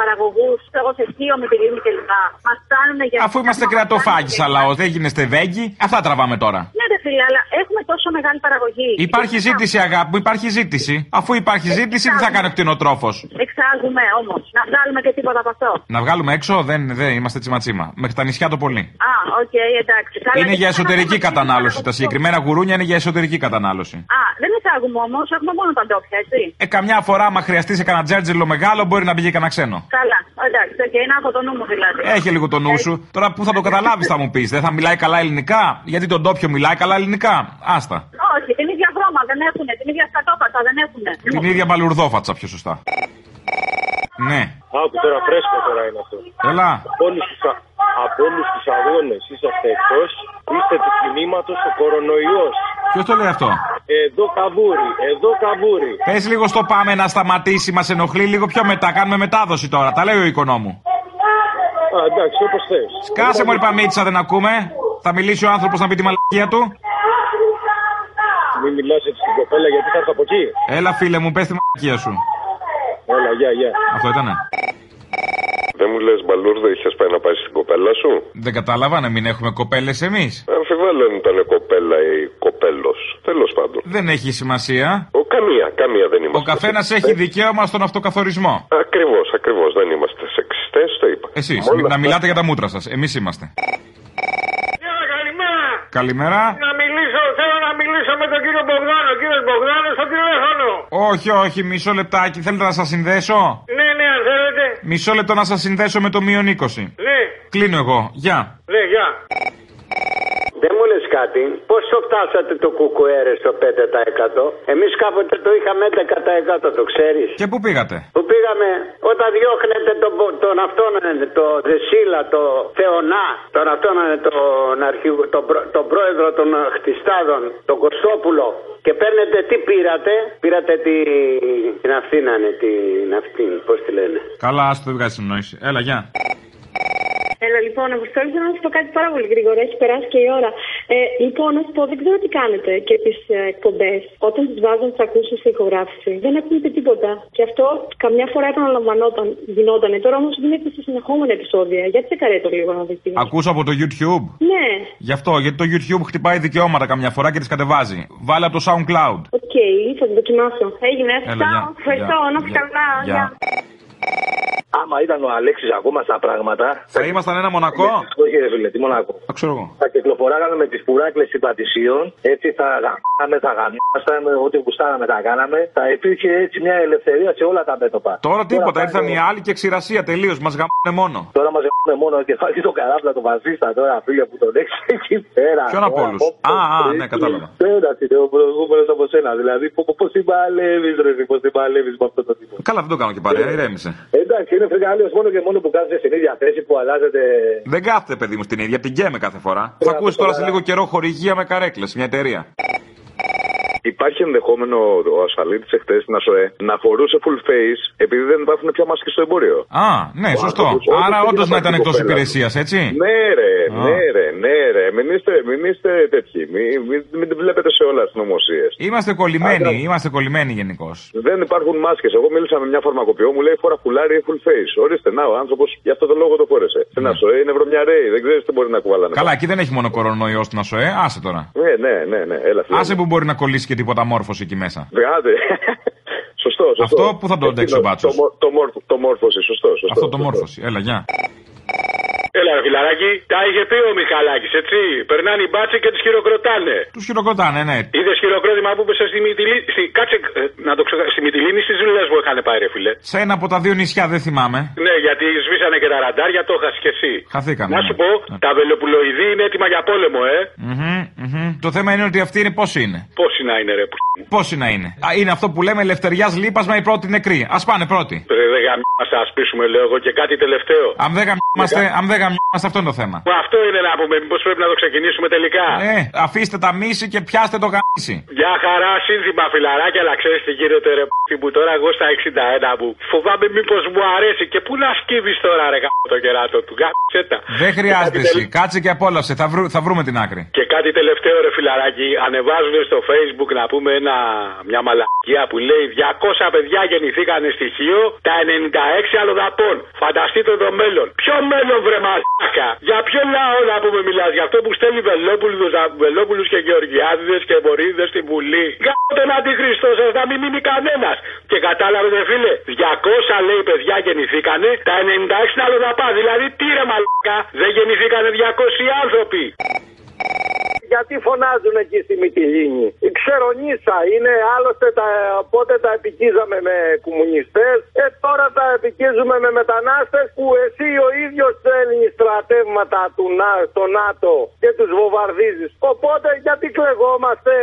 Speaker 10: παραγωγούς, ξέρω εγώ, σε θείο με τη Ρήμη κλπ. Μας φτάνουν για.
Speaker 2: Αφού είμαστε κρατοφάγης, αλλά δεν γίνεστε βέγγι, αυτά τραβάμε τώρα.
Speaker 10: Ναι, ρε φίλε, αλλά έχουμε τόσο μεγάλη παραγωγή. Λοιπόν,
Speaker 2: Υπάρχει ζήτηση, αγάπη μου, υπάρχει ζήτηση. Αφού υπάρχει ζήτηση, τι θα κάνει ο κτηνοτρόφος.
Speaker 10: Εξάγουμε όμως. Να βγάλουμε και τίποτα από αυτό.
Speaker 2: Να βγάλουμε έξω, δεν, δεν είμαστε τσιματσίμα. Μέχρι τα νησιά το πολύ.
Speaker 10: Α, οκ, εντάξει. Καλά,
Speaker 2: Είναι
Speaker 10: γιατί
Speaker 2: για
Speaker 10: κάναμε
Speaker 2: εσωτερική
Speaker 10: ένα
Speaker 2: κατανάλωση. Τα συγκεκριμένα γουρούνια είναι για εσωτερική κατανάλωση.
Speaker 10: Α, δεν εισάγουμε όμως, έχουμε μόνο τα ντόπια, έτσι.
Speaker 2: Ε, καμιά φορά, άμα χρειαστεί σε κανένα τζέρτζελο μεγάλο, μπορεί να πηγεί κανένα ξένο.
Speaker 10: Καλά, εντάξει, οκ, είναι από το νου μου δηλαδή.
Speaker 2: Έχει λίγο το νου σου. Τώρα που θα το καταλάβεις, θα μου πεις. Δεν θα μιλάει καλά ελληνικά. Γιατί τον τόπιο μιλάει καλά ελληνικά. Άστα.
Speaker 10: Όχι, την ίδια βρώμα δεν έχουν, την ίδια σκατόπατα δεν έχουν.
Speaker 2: Την ίδια μπαλουρδόφατσα, πιο σωστά. Ναι.
Speaker 29: Άκου τώρα, φρέσκο τώρα είναι αυτό.
Speaker 2: Έλα.
Speaker 29: Από όλους τους α- Από όλους τους αγώνες είσαστε εκτός, είστε του κινήματος ο κορονοϊός.
Speaker 2: Ποιος το λέει αυτό.
Speaker 29: Εδώ καβούρι, εδώ καβούρι.
Speaker 2: Πες λίγο στο πάμε να σταματήσει, μας ενοχλεί λίγο πιο μετά. Κάνουμε μετάδοση τώρα. Τα λέει ο οικονόμου.
Speaker 29: Α, εντάξει, όπως θες.
Speaker 2: Κάσε μου, Παμίτσα, δεν ακούμε. Θα μιλήσει ο άνθρωπος να πει τη μαλακία του.
Speaker 29: Μην μιλάς έτσι στην κοπέλα γιατί θα έρθω από εκεί.
Speaker 2: Έλα, φίλε μου, πες τη μαλακία σου.
Speaker 29: Έλα, γεια, γεια.
Speaker 2: Αυτό ήτανε.
Speaker 9: Δεν μου λες μπαλούρδο, είχες πάει να πάεις στην κοπέλα σου.
Speaker 2: Δεν κατάλαβα να μην έχουμε κοπέλες εμείς.
Speaker 9: Αμφιβάλλω αν ήταν κοπέλα ή κοπέλος. Τέλος πάντων.
Speaker 2: Δεν έχει σημασία.
Speaker 9: Ο, καμία, καμία δεν είμαστε.
Speaker 2: Ο καθένας έχει δικαίωμα στον αυτοκαθορισμό.
Speaker 9: Ακριβώς, ακριβώς. Δεν είμαστε σεξιστές, το είπα.
Speaker 2: Εσείς,
Speaker 9: Μ' όλα
Speaker 2: να
Speaker 9: αυτά-
Speaker 2: μιλάτε για τα μούτρα σας. Εμείς είμαστε.
Speaker 26: Καλημέρα.
Speaker 2: Καλημέρα.
Speaker 26: Να μιλήσω, θέλω να μιλήσω με τον κύριο Μπογδάνο. Κύριο Μπογδάνο στο τηλέφωνο.
Speaker 2: Όχι, όχι, μισό λεπτάκι. Θέλετε να σας συνδέσω.
Speaker 26: Ναι, ναι, αν θέλετε.
Speaker 2: Μισό λεπτό να σας συνδέσω με το μείον 20.
Speaker 26: Ναι,
Speaker 2: Κλείνω εγώ. Γεια.
Speaker 26: ναι, γεια.
Speaker 1: Δεν μου λες κάτι. Πόσο φτάσατε το κουκουέρε στο 5%? Εμείς κάποτε το είχαμε 10% το ξέρεις.
Speaker 2: Και πού πήγατε.
Speaker 1: Που πήγαμε όταν διώχνετε τον, πο- τον αυτόν, ε, το Δεσίλα, το Θεονά, τον αυτόν, ε, τον, αρχηγο- τον, προ- τον πρόεδρο των ε, χτιστάδων, τον Κωστόπουλο και παίρνετε τι πήρατε, πήρατε τη, την αυτήνανε, την αυτήν, πώς τη λένε.
Speaker 2: Καλά, άστο, δεν βγάζει συνεννόηση. Έλα, γεια.
Speaker 13: Έλα, λοιπόν, Αποστόλη, θέλω να σου πω κάτι πάρα πολύ γρήγορα. Έχει περάσει και η ώρα. Ε, λοιπόν, να σου πω, δεν ξέρω τι κάνετε και τις ε, εκπομπές. Όταν τις βάζουν τι ακούσει σε ηχογράφηση, δεν ακούγεται τίποτα. Και αυτό καμιά φορά επαναλαμβανόταν, γινότανε. Τώρα όμως γίνεται σε συνεχόμενα επεισόδια. Γιατί σε καρέτο λίγο να δεις τι.
Speaker 2: Ακούσα από το YouTube.
Speaker 13: Ναι,
Speaker 2: Γι' αυτό, γιατί το YouTube χτυπάει δικαιώματα καμιά φορά και τις κατεβάζει. Βάλε από το SoundCloud.
Speaker 13: οκ, θα το δοκιμάσω. Έγινε,
Speaker 2: Έλα, γεια.
Speaker 13: ευχαριστώ. Ευχαριστώ,
Speaker 2: Γεια.
Speaker 13: να είσαι
Speaker 2: Γεια.
Speaker 13: καλά.
Speaker 2: Γεια.
Speaker 13: Γεια.
Speaker 30: Άμα ήταν ο Αλέξης ακόμα στα πράγματα.
Speaker 2: Θα ήμασταν ένα μονακό.
Speaker 30: Όχι, ρε φίλε, τι μονακό.
Speaker 2: Το ξέρω εγώ.
Speaker 30: Θα κυκλοφοράγαμε με τις πουράκλες συμπατησίων. Έτσι θα γαμάμε, θα γαμάσαμε, ό,τι γουστάραμε τα κάναμε. Θα υπήρχε έτσι μια ελευθερία σε όλα τα μέτωπα.
Speaker 2: Τώρα τίποτα, ήρθαν
Speaker 30: πάνε-
Speaker 2: οι άλλοι και εξηρασία τελείως. Μας γαμπάνε μόνο.
Speaker 30: Τώρα μας γαμάνε μόνο και πάλι τον καράβλα τον βασίστα τώρα, φίλε που τον έχεις εκεί πέρα.
Speaker 2: Ποιον από όλου. Α, α, ναι, κατάλαβα.
Speaker 30: Ένα είναι ο προηγούμενο από σένα. Δηλαδή, πώς την παλεύεις, ρε, πώς την παλεύεις με αυτό το τύπο.
Speaker 2: Καλά, δεν το κάνω και παρέα, ηρέμησε.
Speaker 30: Εντάξει, είναι φεγγάλιο μόνο και μόνο που κάθεται στην ίδια θέση που αλλάζεται.
Speaker 2: Δεν κάθεται, παιδί μου, στην ίδια, την καίμε κάθε φορά. Θα ακούσει τώρα σε λίγο καιρό χορηγία με καρέκλες, μια εταιρεία.
Speaker 9: Υπάρχει ενδεχόμενο ο ασφαλίτης εχθές στην ΑΣΟΕ να φορούσε full face επειδή δεν υπάρχουν πια μάσκες στο εμπόριο.
Speaker 2: Α, ναι, σωστό. Άρα όντως να ήταν εκτό υπηρεσίας, έτσι.
Speaker 9: Ναι, ρε,
Speaker 2: Α.
Speaker 9: ναι, ρε, ναι, ρε. Μην είστε, μην είστε τέτοιοι. Μην, μην, μην τη βλέπετε σε όλα τις νομοσίες.
Speaker 2: Είμαστε κολλημένοι, είμαστε κολλημένοι γενικώς.
Speaker 9: Δεν υπάρχουν μάσκες. Εγώ μίλησα με μια φαρμακοποιό, μου λέει φορά κουλάρι ή full face. Ορίστε, να ο άνθρωπος γι' αυτό το λόγο το φόρεσε. Στην ΑΣΟΕ είναι βρωμιαρέοι, δεν ξέρεις τι μπορεί να κουβαλάνε.
Speaker 2: Ναι. Καλά, εκεί δεν έχει μόνο κορονοϊό στην ΑΣΟΕ, άσε τώρα.
Speaker 9: Ναι, ναι, ναι, ναι, έλα. φίλε.
Speaker 2: Άσε που μπορεί να κολλήσει και τίποτα μόρφωση εκεί μέσα.
Speaker 9: Άντε. σωστό, σωστό.
Speaker 2: Αυτό που θα
Speaker 4: Ε,
Speaker 2: το αντέξει ο
Speaker 9: Εκείνο,
Speaker 2: Μπάτσος.
Speaker 9: Το, μορ- το, μορ- το μόρφωση, σωστό, σωστό.
Speaker 2: Αυτό το
Speaker 9: σωστό.
Speaker 2: μόρφωση. Έλα, γεια.
Speaker 4: Έλα, ρε φιλαράκι, τα είχε πει ο Μιχαλάκης, έτσι. Περνάνε οι μπάτσοι και τους χειροκροτάνε.
Speaker 2: Τους χειροκροτάνε, ναι.
Speaker 4: Είδες χειροκρότημα που είπε στη Μυτιλίνη. Στη... Κάτσε, ε, να το ξεχάσω. Στη Μυτιλίνη στις δουλειές μου είχαν πάει, ρε φιλε.
Speaker 2: Σε ένα από τα δύο νησιά δεν θυμάμαι.
Speaker 4: Ναι, γιατί σβήσανε και τα ραντάρια, το έχασε και εσύ.
Speaker 2: Χαθήκαμε.
Speaker 4: Να σου πω,
Speaker 2: Ναι.
Speaker 4: τα βελοπουλοειδή είναι έτοιμα για πόλεμο, ε.
Speaker 2: Μμμ, μμμ. Το θέμα είναι ότι αυτή είναι πώς είναι.
Speaker 4: Πόσοι να είναι, ρε που.
Speaker 2: Πόσοι να είναι. Α, είναι αυτό που λέμε ελευθεριά λείπασμα η πρώτη νεκρή. Ας πάνε πρώτη.
Speaker 4: Ρε, δεν γαμιόμαστε, ας πείσουμε, λέω εγώ, και κάτι τελευταίο.
Speaker 2: Αν δεν γαμιόμαστε, αν δεν γαμιόμαστε, αυτό είναι το θέμα.
Speaker 4: Μα Αυτό είναι να πούμε, μήπως πρέπει να το ξεκινήσουμε τελικά.
Speaker 2: Ε, αφήστε τα μίση και πιάστε το γαμίση.
Speaker 4: Γεια χαρά, σύνθημα φιλαράκια, αλλά ξέρεις τι γίνεται ρε π***, που τώρα εγώ στα 61 μου. Φοβάμαι μήπως μου αρέσει και πού να σκύβεις τώρα ρε γάμο το κεράτο του, γάμισε τα.
Speaker 2: Δεν χρειάζεται
Speaker 4: Και
Speaker 2: εσύ.
Speaker 4: κάτι
Speaker 2: Κάτσε και απόλαυσε. Θα, βρου- θα βρούμε την άκρη.
Speaker 4: Και κάτι τελευταίο ρε φιλαράκι, ανεβάζουν στο facebook να πούμε ένα, μια μαλακία που λέει 200 παιδιά γεννηθήκανε στοιχείο, τα 96 αλλοδαπών. Φανταστείτε το μέλλον. Ποιο μέλλον βρε μαλάκα, για ποιο λαό να πούμε μιλάς, για αυτό που στέλνει Βελόπουλους, Βελόπουλους και Γεωργιάδηδες και Μπορίδες στη Βουλή. Γάμο τον αντιχριστό σας να μην μείνει κανένας. Και κατάλαβε ρε φίλε, 200 λέει παιδιά γεννηθήκανε, τα 96 είναι αλλοδαπά. Δηλαδή τι ρε μαλάκα, δεν γεννηθήκανε 200 άνθρωποι.
Speaker 31: Γιατί φωνάζουν εκεί στη Μυτιλίνη. Η Ξερονίσα είναι άλλωστε τα, πότε τα επικίζαμε με κομμουνιστές Ε, τώρα τα επικίζουμε με μετανάστες που εσύ ο ίδιος στέλνεις στρατεύματα του, Να- στο ΝΑΤΟ και τους βομβαρδίζεις. Οπότε γιατί κλεγόμαστε.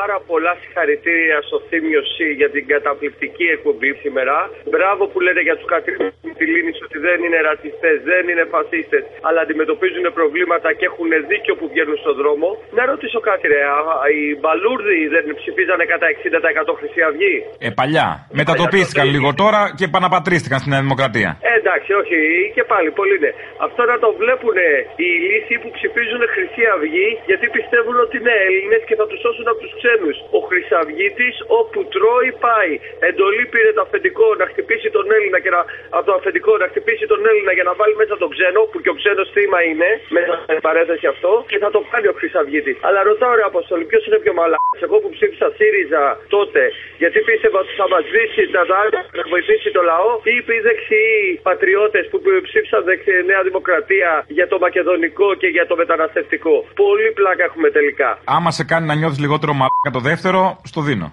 Speaker 32: Πάρα πολλά συγχαρητήρια στο Θήμιο C για την καταπληκτική εκπομπή σήμερα. Μπράβο που λέτε για τους κατοίκου τη Λίνη ότι δεν είναι ρατσιστές, δεν είναι φασίστες, αλλά αντιμετωπίζουν προβλήματα και έχουν δίκιο που βγαίνουν στον δρόμο. Να ρωτήσω κάτι, ρε. α, Οι μπαλούρδοι δεν ψηφίζανε κατά 60% Χρυσή Αυγή.
Speaker 2: Ε, παλιά. Μετατοπίστηκαν λίγο τώρα και επαναπατρίστηκαν στην Νέα Δημοκρατία.
Speaker 32: Ε, Εντάξει, όχι, και πάλι πολλοί είναι. Αυτό να το βλέπουν οι λύσοι που ψηφίζουν Χρυσή Αυγή γιατί πιστεύουν ότι είναι Έλληνες και θα τους σώσουν από τους ξένους. Ο Χρυσαυγήτη όπου τρώει πάει. Εντολή πήρε το αφεντικό να χτυπήσει τον Έλληνα και να, από το αφεντικό να χτυπήσει τον Έλληνα για να βάλει μέσα τον ξένο που και ο ξένος θύμα είναι. Μέσα στην παρένθεση αυτό και θα το κάνει ο Χρυσαυγήτη. Αλλά ρωτάω ρε Αποστολή, ποιος είναι πιο μαλάκας. Εγώ που ψήφισα ΣΥΡΙΖΑ τότε γιατί πίστευα ότι θα μας βρίσκει να να βοηθήσει το λαό ή είπε οι δεξιοί πατριώτες που ψήφισαν δεξι, Νέα Δημοκρατία για το μακεδονικό και για το μεταναστευτικό. Πολύ πλάκα έχουμε τελικά.
Speaker 2: Άμα σε κάνει να νιώθεις λιγότερο μαλάκα το δεύτερο, στο δίνω.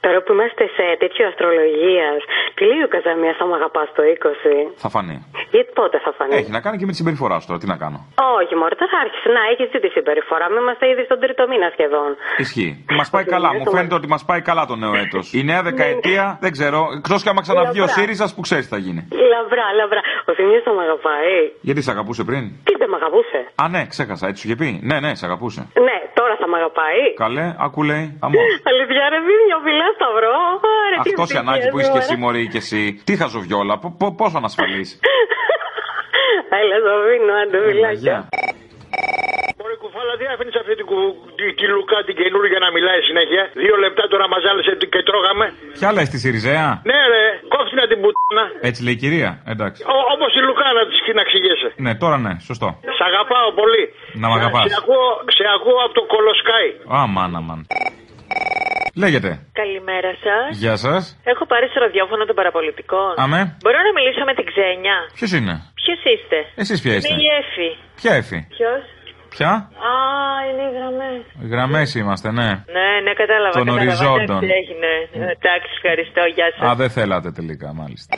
Speaker 23: Τώρα που είμαστε σε τέτοιο αστρολογίας, τι λέει ο Καζαμίας, θα μου αγαπάς το 20.
Speaker 2: Θα φανεί.
Speaker 23: Γιατί πότε θα φανεί.
Speaker 2: Έχει να κάνει και με τη συμπεριφορά σου τώρα, τι να κάνω.
Speaker 23: Όχι, Μωρή, τώρα άρχισε να έχεις δει τη συμπεριφορά μου. Είμαστε ήδη στον τρίτο μήνα σχεδόν.
Speaker 2: Ισχύει. Μας πάει καλά, μου φαίνεται ότι μας πάει καλά το νέο έτος. Η νέα δεκαετία, δεν ξέρω, εκτός και άμα ξαναβγεί ο
Speaker 23: Λαμπρά.
Speaker 2: ΣΥΡΙΖΑ που ξέρεις τι θα γίνει.
Speaker 23: Λαμπρά, λαμπρά. Ο Θημίο θα με αγαπάει.
Speaker 2: Γιατί σε αγαπούσε πριν.
Speaker 23: Τι δεν με αγαπούσε.
Speaker 2: Α, ναι, ξέχασα, έτσι σου είχε πει. Ναι, ναι, σε αγαπούσε.
Speaker 23: Ναι, τώρα θα με αγαπάει.
Speaker 2: Καλέ, ακού λέει, αμός.
Speaker 23: Αλήθεια, ρε, μην νιώβιλα, σταυρό. Ωραία, τι
Speaker 2: Αυτός η ανάγκη που είσαι και
Speaker 23: μωρέ.
Speaker 2: εσύ, Μωρή, και εσύ. Τι χαζοβιόλα, πο- πο- πόσο ανασφαλή.
Speaker 23: Έλα, το αφήνω, άντε, φιλάκια.
Speaker 26: Μωρή κουφάλα, τι αφήνει αυτή την, κου... τη, τη Λουκά την καινούργια να μιλάει συνέχεια. Δύο λεπτά τώρα μαζάλεσε τι- και τρώγαμε.
Speaker 2: Ποια λε τη ΣΥΡΙΖΑ.
Speaker 26: Ναι, ρε, κόψτε να την πουτάνα.
Speaker 2: Έτσι λέει η κυρία. Εντάξει.
Speaker 26: Όπως η Λουκά να της να ξηγέσαι.
Speaker 2: Ναι, τώρα ναι, σωστό.
Speaker 26: Σ' αγαπάω πολύ.
Speaker 2: Να μ' αγαπάς.
Speaker 26: Σε ακούω, σε ακούω από το Κολοσκάι.
Speaker 2: Αμάν, αμάν. Λέγεται.
Speaker 11: Καλημέρα σας.
Speaker 2: Γεια σας.
Speaker 11: Έχω πάρει στο ραδιόφωνο των παραπολιτικών.
Speaker 2: Αμέ.
Speaker 11: Μπορώ να μιλήσω με την ξένια.
Speaker 2: Ποιος είναι.
Speaker 11: Ποιος είστε,
Speaker 2: Εσείς ποια είστε?
Speaker 11: Είναι η Εφη.
Speaker 2: Ποια έφη.
Speaker 11: Ποιος.
Speaker 2: Ποια.
Speaker 11: Α, είναι οι γραμμές.
Speaker 2: Γραμμές είμαστε, ναι.
Speaker 11: Ναι, ναι, κατάλαβα.
Speaker 2: Των
Speaker 11: κατάλαβα.
Speaker 2: οριζόντων.
Speaker 11: Εντάξει, έγινε. Εντάξει, ευχαριστώ. Γεια σας.
Speaker 2: Α, δεν θέλατε τελικά, μάλιστα.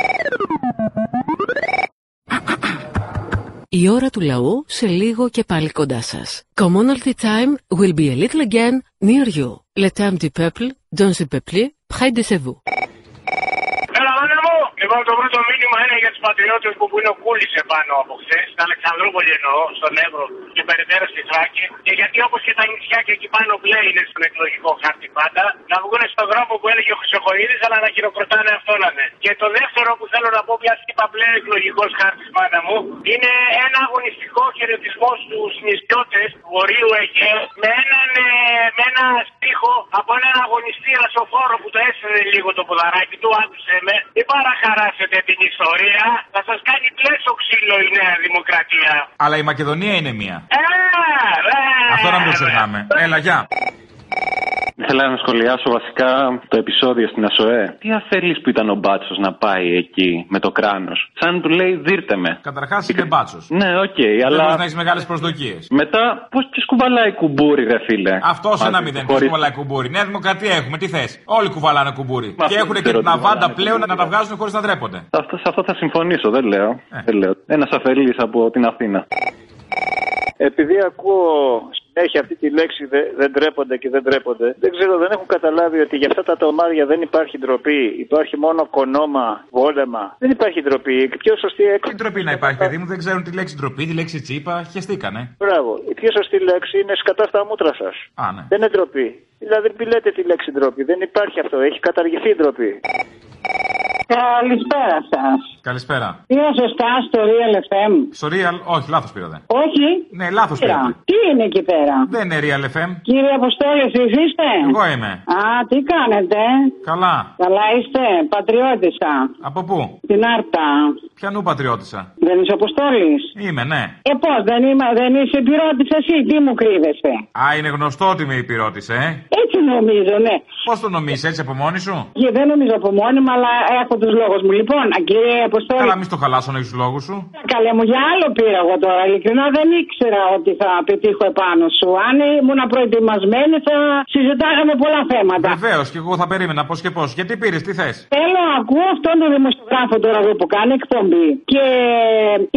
Speaker 3: Η ώρα του λαού σε λίγο και πάλι κοντά σας. Commonalty time will be a little again near you. Le temps du peuple, dans le peuple, près de chez vous.
Speaker 8: Έλα, μάνα μου! Λοιπόν, το πρώτο μήνυμα είναι για τους πατριώτες που που είναι ο Κούλης επάνω από χθες, στην Αλεξανδρούπολη εννοώ, στον Εύρο και περαιτέρω στη Θράκη. Και γιατί όπως και τα νησιά και εκεί πάνω μπλε είναι στον εκλογικό χάρτη πάντα, να βγουν στον δρόμο που έλεγε ο Χρυσοκοίδη, αλλά να χειροκροτάνε αυτόν να είναι. Και το δεύτερο που θέλω να πω, μια είπα μπλε εκλογικός χάρτης, μάνα μου, είναι ένα αγωνιστικό χαιρετισμό στους νησιώτες του Βορείου Αιγαίου με έναν ε, με ένα στίχο από έναν αγωνιστή ρασοφόρο που το έσυρε λίγο το ποδαράκι του, άκουσε με. Μην παραχαράσετε την ιστορία, θα σας κάνει πλέσο ξύλο η Νέα Δημοκρατία.
Speaker 2: Αλλά η Μακεδονία είναι μία.
Speaker 8: Ε, ε,
Speaker 2: Αυτό να μην το ξεχνάμε. Έλα, γεια.
Speaker 7: Θέλω να σχολιάσω βασικά το επεισόδιο στην ΑΣΟΕ. Τι αφέλει που ήταν ο Μπάτσος να πάει εκεί με το κράνος. Σαν του λέει, δίρτε με.
Speaker 2: Καταρχάς είναι μπάτσος.
Speaker 7: Ναι, οκ,
Speaker 2: Δεν μπορείς να
Speaker 7: αλλά
Speaker 2: έχεις μεγάλες προσδοκίες.
Speaker 7: μετά πώς ποιο κουβαλάει κουμπούρι, ρε φίλε.
Speaker 2: Αυτό
Speaker 7: Μαζί,
Speaker 2: ένα μηδέν. Ποιο
Speaker 7: χωρίς-
Speaker 2: κουβαλάει κουμπούρι. Νέα Δημοκρατία έχουμε, τι θες. Όλοι κουβαλάνε κουμπούρι.
Speaker 7: Μα
Speaker 2: και
Speaker 7: αυτό
Speaker 2: έχουν
Speaker 7: δεν
Speaker 2: και
Speaker 7: ξέρω
Speaker 2: την
Speaker 7: τι
Speaker 2: αβάντα
Speaker 7: κουβαλάνε,
Speaker 2: πλέον να τα βγάζουν χωρίς να ντρέπονται.
Speaker 7: Αυτό, σε αυτό θα συμφωνήσω, δεν λέω.
Speaker 2: Ε.
Speaker 7: Δεν λέω. Ένας αφελής από την Αθήνα.
Speaker 20: Επειδή ακούω συνέχεια αυτή τη λέξη δε- δεν τρέπονται και δεν τρέπονται, δεν ξέρω, δεν έχουν καταλάβει ότι για αυτά τα τομάρια δεν υπάρχει ντροπή. Υπάρχει μόνο κονόμα, βόλεμα. Δεν υπάρχει ντροπή. Η πιο σωστή
Speaker 2: Τι
Speaker 20: έκφραση.
Speaker 2: ντροπή να υπάρχει, παιδί μου, δεν ξέρουν τη λέξη ντροπή, τη λέξη τσίπα. Χαιστήκανε.
Speaker 20: Μπράβο. Η πιο σωστή λέξη είναι σκατά στα μούτρα σας.
Speaker 2: Α, ναι.
Speaker 20: Δεν είναι ντροπή. Δηλαδή, μη λέτε τη λέξη ντροπή. Δεν υπάρχει αυτό. Έχει καταργηθεί η ντροπή. Καλησπέρα σας.
Speaker 2: Καλησπέρα.
Speaker 20: Είναι σωστά στο Real FM.
Speaker 2: Στο real, όχι, λάθος πήρατε.
Speaker 20: Όχι.
Speaker 2: Ναι, λάθος
Speaker 20: Πήρα.
Speaker 2: πήρατε.
Speaker 20: Τι είναι εκεί πέρα.
Speaker 2: Δεν είναι real FM.
Speaker 20: Κύριε Αποστόλη, εσείς είστε.
Speaker 2: Εγώ είμαι.
Speaker 20: Α, τι κάνετε.
Speaker 2: Καλά.
Speaker 20: Καλά είστε. Πατριώτησα.
Speaker 2: Από πού?
Speaker 20: Την Άρτα.
Speaker 2: Ποια νου πατριώτησα.
Speaker 20: Δεν είσαι Αποστόλης.
Speaker 2: Είμαι, ναι.
Speaker 20: Ε, πώς, δεν, είμαι, δεν είσαι πυρώτησα εσύ. Τι μου κρύβεσαι.
Speaker 2: Α, είναι γνωστό ότι με υπηρώτησε, ε.
Speaker 20: Έτσι νομίζω, ναι.
Speaker 2: Πώς το νομίζεις έτσι από μόνη σου.
Speaker 20: Και δεν νομίζω από μόνη μου, αλλά έχω τους λόγους μου. Λοιπόν, α, κύριε Αποστόλη,
Speaker 2: Καλά, μη στο χαλάσω να έχεις τους λόγους σου.
Speaker 20: καλέ μου, για άλλο πήρα εγώ τώρα. Ειλικρινά δεν ήξερα ότι θα πετύχω επάνω σου. Αν ήμουν προετοιμασμένη θα συζητάγαμε πολλά θέματα.
Speaker 2: Βεβαίως και εγώ θα περίμενα πώς και πώς. Γιατί πήρες, τι θες.
Speaker 20: Θέλω να ακούω αυτόν τον δημοσιογράφο τώρα εδώ που κάνει εκπομπή. Και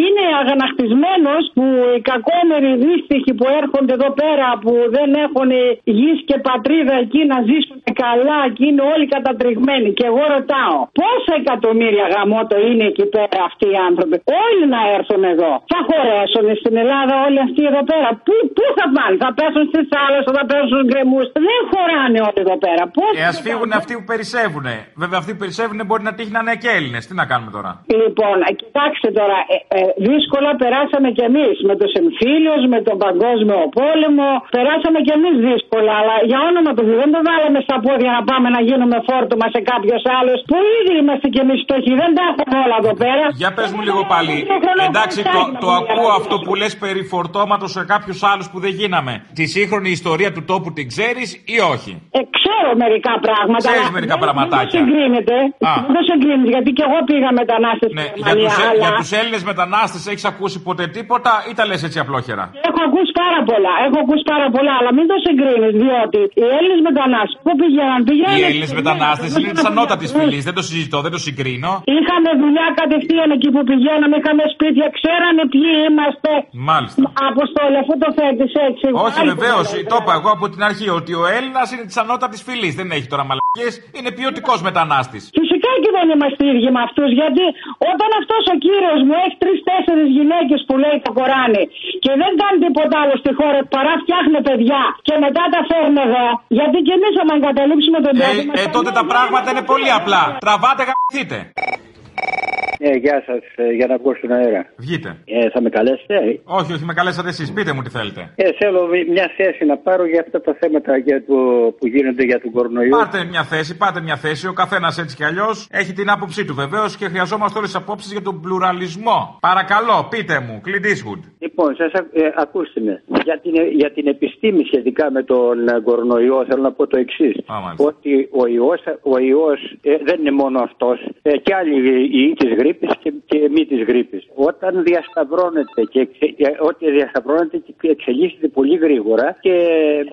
Speaker 20: είναι αγανακτισμένος που οι κακόμεροι δύστιχοι που έρχονται εδώ πέρα που δεν έχουν γης και πατρίδα εκεί να ζήσουν καλά και είναι όλοι κατατριγμένοι. Και εγώ ρωτάω, πόσα εκατομμύρια γαμότο είναι εκεί πέρα αυτοί οι άνθρωποι. Όλοι να έρθουν εδώ. Θα χωρέσουν στην Ελλάδα όλοι αυτοί εδώ πέρα. Πού, πού θα πάνε, θα πέσουν στις θάλασσες, θα πέσουν στους γκρεμού. Δεν χωράνε όλοι εδώ πέρα. Πώς
Speaker 2: Ε, ας φύγουν αυτοί που περισσεύουν. Βέβαια, αυτοί που περισσεύουν μπορεί να τύχει να είναι και Έλληνες. Τι να κάνουμε τώρα.
Speaker 20: Λοιπόν, ε, κοιτάξτε τώρα, ε, ε, δύσκολα περάσαμε κι εμείς με το εμφύλιο, με τον Παγκόσμιο Πόλεμο. Περάσαμε κι εμείς δύσκολα, αλλά για όνομα του Θεού δεν το βάλαμε στα πόδια να πάμε να γίνουμε φόρτωμα σε κάποιος άλλος που ήδη είμαστε κι εμείς φτωχοί. Δεν τα έχουμε όλα εδώ πέρα.
Speaker 2: Για πες μου λίγο πάλι. Εντάξει, το, το ακούω αυτό που λες περί φορτώματος σε κάποιους άλλους που δεν γίναμε. Τη σύγχρονη ιστορία του τόπου την ξέρεις ή όχι.
Speaker 20: Ε, ξέρω μερικά πράγματα.
Speaker 2: Ξέρεις
Speaker 20: αλλά
Speaker 2: μερικά
Speaker 20: δεν-
Speaker 2: πραγματάκια.
Speaker 20: Δεν συγκρίνεται.
Speaker 2: Α.
Speaker 20: Δεν συγκρίνεται, γιατί κι εγώ πήγα μετανάστες στη
Speaker 2: Για
Speaker 20: Γερμανία.
Speaker 2: τους, ε-
Speaker 20: ναι, αλλά-
Speaker 2: για τους Έλληνες μετανάστες έχεις ακούσει ποτέ τίποτα ή τα λες έτσι απλόχερα.
Speaker 20: Έχω ακούσει πάρα πολλά, έχω ακούσει πάρα πολλά, αλλά μην το συγκρίνεις, διότι οι Έλληνες μετανάστες που πήγαιναν,
Speaker 2: Οι
Speaker 20: πήγαιναν.
Speaker 2: Έλληνες μετανάστες
Speaker 20: ναι,
Speaker 2: είναι της ανώτατης φυλής, δεν το συζητώ, δεν το συγκρίνω.
Speaker 20: Είχαμε δουλειά κατευθείαν εκεί που πηγαίναμε, είχαμε σπίτια, ξέρανε ποιοι είμαστε.
Speaker 2: Μάλιστα.
Speaker 20: Αποστόλη, αφού το θέτει έτσι.
Speaker 2: Όχι,
Speaker 20: Άλλη
Speaker 2: βεβαίω,
Speaker 20: δουλειά.
Speaker 2: το είπα εγώ από την αρχή ότι ο Έλληνας είναι της ανώτατης φυλής. Δεν έχει τώρα μαλακίες, είναι ποιοτικός μετανάστης.
Speaker 20: Φυσικά και δεν είμαστε ίδιοι με αυτούς, γιατί όταν αυτός ο κύριος μου έχει τρει-τέσσερι γυναίκες που λέει το Κοράνι και δεν κάνει τίποτα άλλο στη χώρα παρά φτιάχνει παιδιά και μετά τα φέρνει εδώ, γιατί και εμείς άμα εγκαταλείψουμε τον τρόπο μας,
Speaker 2: Ε, τότε τα πράγματα είναι πολύ απλά. Τραβάτε, γαμπηθείτε.
Speaker 1: Ναι, γεια σας, για να βγω στον αέρα.
Speaker 2: Βγείτε.
Speaker 1: Ε, θα με καλέσετε.
Speaker 2: Όχι, όχι, με καλέσατε εσείς. Πείτε μου τι θέλετε.
Speaker 1: Ε, θέλω μια θέση να πάρω για αυτά τα θέματα για το, που γίνονται για τον κορονοϊό.
Speaker 2: Πάρτε μια θέση, πάτε μια θέση. Ο καθένας έτσι κι αλλιώς έχει την άποψή του βεβαίως και χρειαζόμαστε όλες τις απόψεις για τον πλουραλισμό. Παρακαλώ, πείτε μου, Clint Eastwood.
Speaker 1: Λοιπόν, σας, ακ- ε, ακούστε με. Για την, ε, για την επιστήμη σχετικά με τον ε, κορονοϊό θέλω να πω το εξής. Ότι ο ιός, ο ιός ε, δεν είναι μόνο αυτός. Ε, και άλλοι ιοί της γρήπης και, και μη της γρήπης. Όταν διασταυρώνεται και, εξε- ε, ότι διασταυρώνεται και εξελίσσεται πολύ γρήγορα και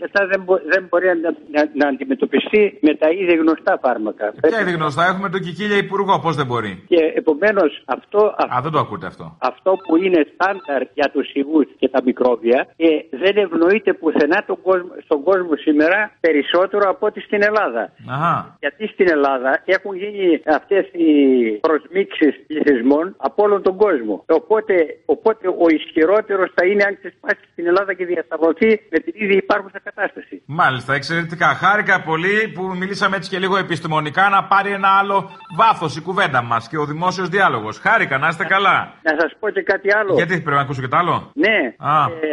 Speaker 1: μετά δεν, μπο- δεν μπορεί να, να, να αντιμετωπιστεί με τα ήδη γνωστά φάρμακα.
Speaker 2: Ποια είναι γνωστά, έχουμε τον Κικίλια Υπουργό, πώς δεν μπορεί.
Speaker 1: Και επομένως αυτό,
Speaker 2: Α, δεν το ακούτε αυτό.
Speaker 1: αυτό που είναι στάνταρ για τους ιούς και τα μικρόβια ε, δεν ευνοείται πουθενά τον κόσμο, στον κόσμο σήμερα περισσότερο από ότι στην Ελλάδα.
Speaker 2: Αχα.
Speaker 1: Γιατί στην Ελλάδα έχουν γίνει αυτές οι προσμίξεις πληθυσμών από όλον τον κόσμο. Οπότε, οπότε ο ισχυρότερος θα είναι αν ξεσπάσει στην Ελλάδα και διασταυρωθεί με την ήδη υπάρχουσα κατάσταση.
Speaker 2: Μάλιστα, εξαιρετικά. Χάρηκα πολύ που μιλήσαμε έτσι και λίγο επιστημονικά να πάρει ένα άλλο βάθος η κουβέντα μας και ο δημόσιος διάλογος. Χάρηκα, να είστε καλά.
Speaker 1: Να σας πω και κάτι άλλο.
Speaker 2: Γιατί πρέπει να ακούσω και τα άλλο.
Speaker 1: Ναι,
Speaker 2: Α.
Speaker 1: ε,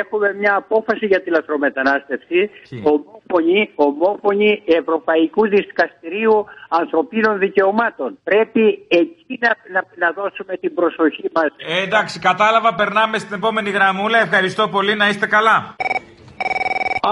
Speaker 1: έχουμε μια απόφαση για τη λαθρομετανάστευση ομόφωνη, ομόφωνη Ευρωπαϊκού Δικαστηρίου Ανθρωπίνων Δικαιωμάτων. Πρέπει εκεί να, να, να δώσουμε την προσοχή μας.
Speaker 2: Ε, εντάξει, κατάλαβα, περνάμε στην επόμενη γραμμούλα. Ευχαριστώ πολύ, να είστε καλά.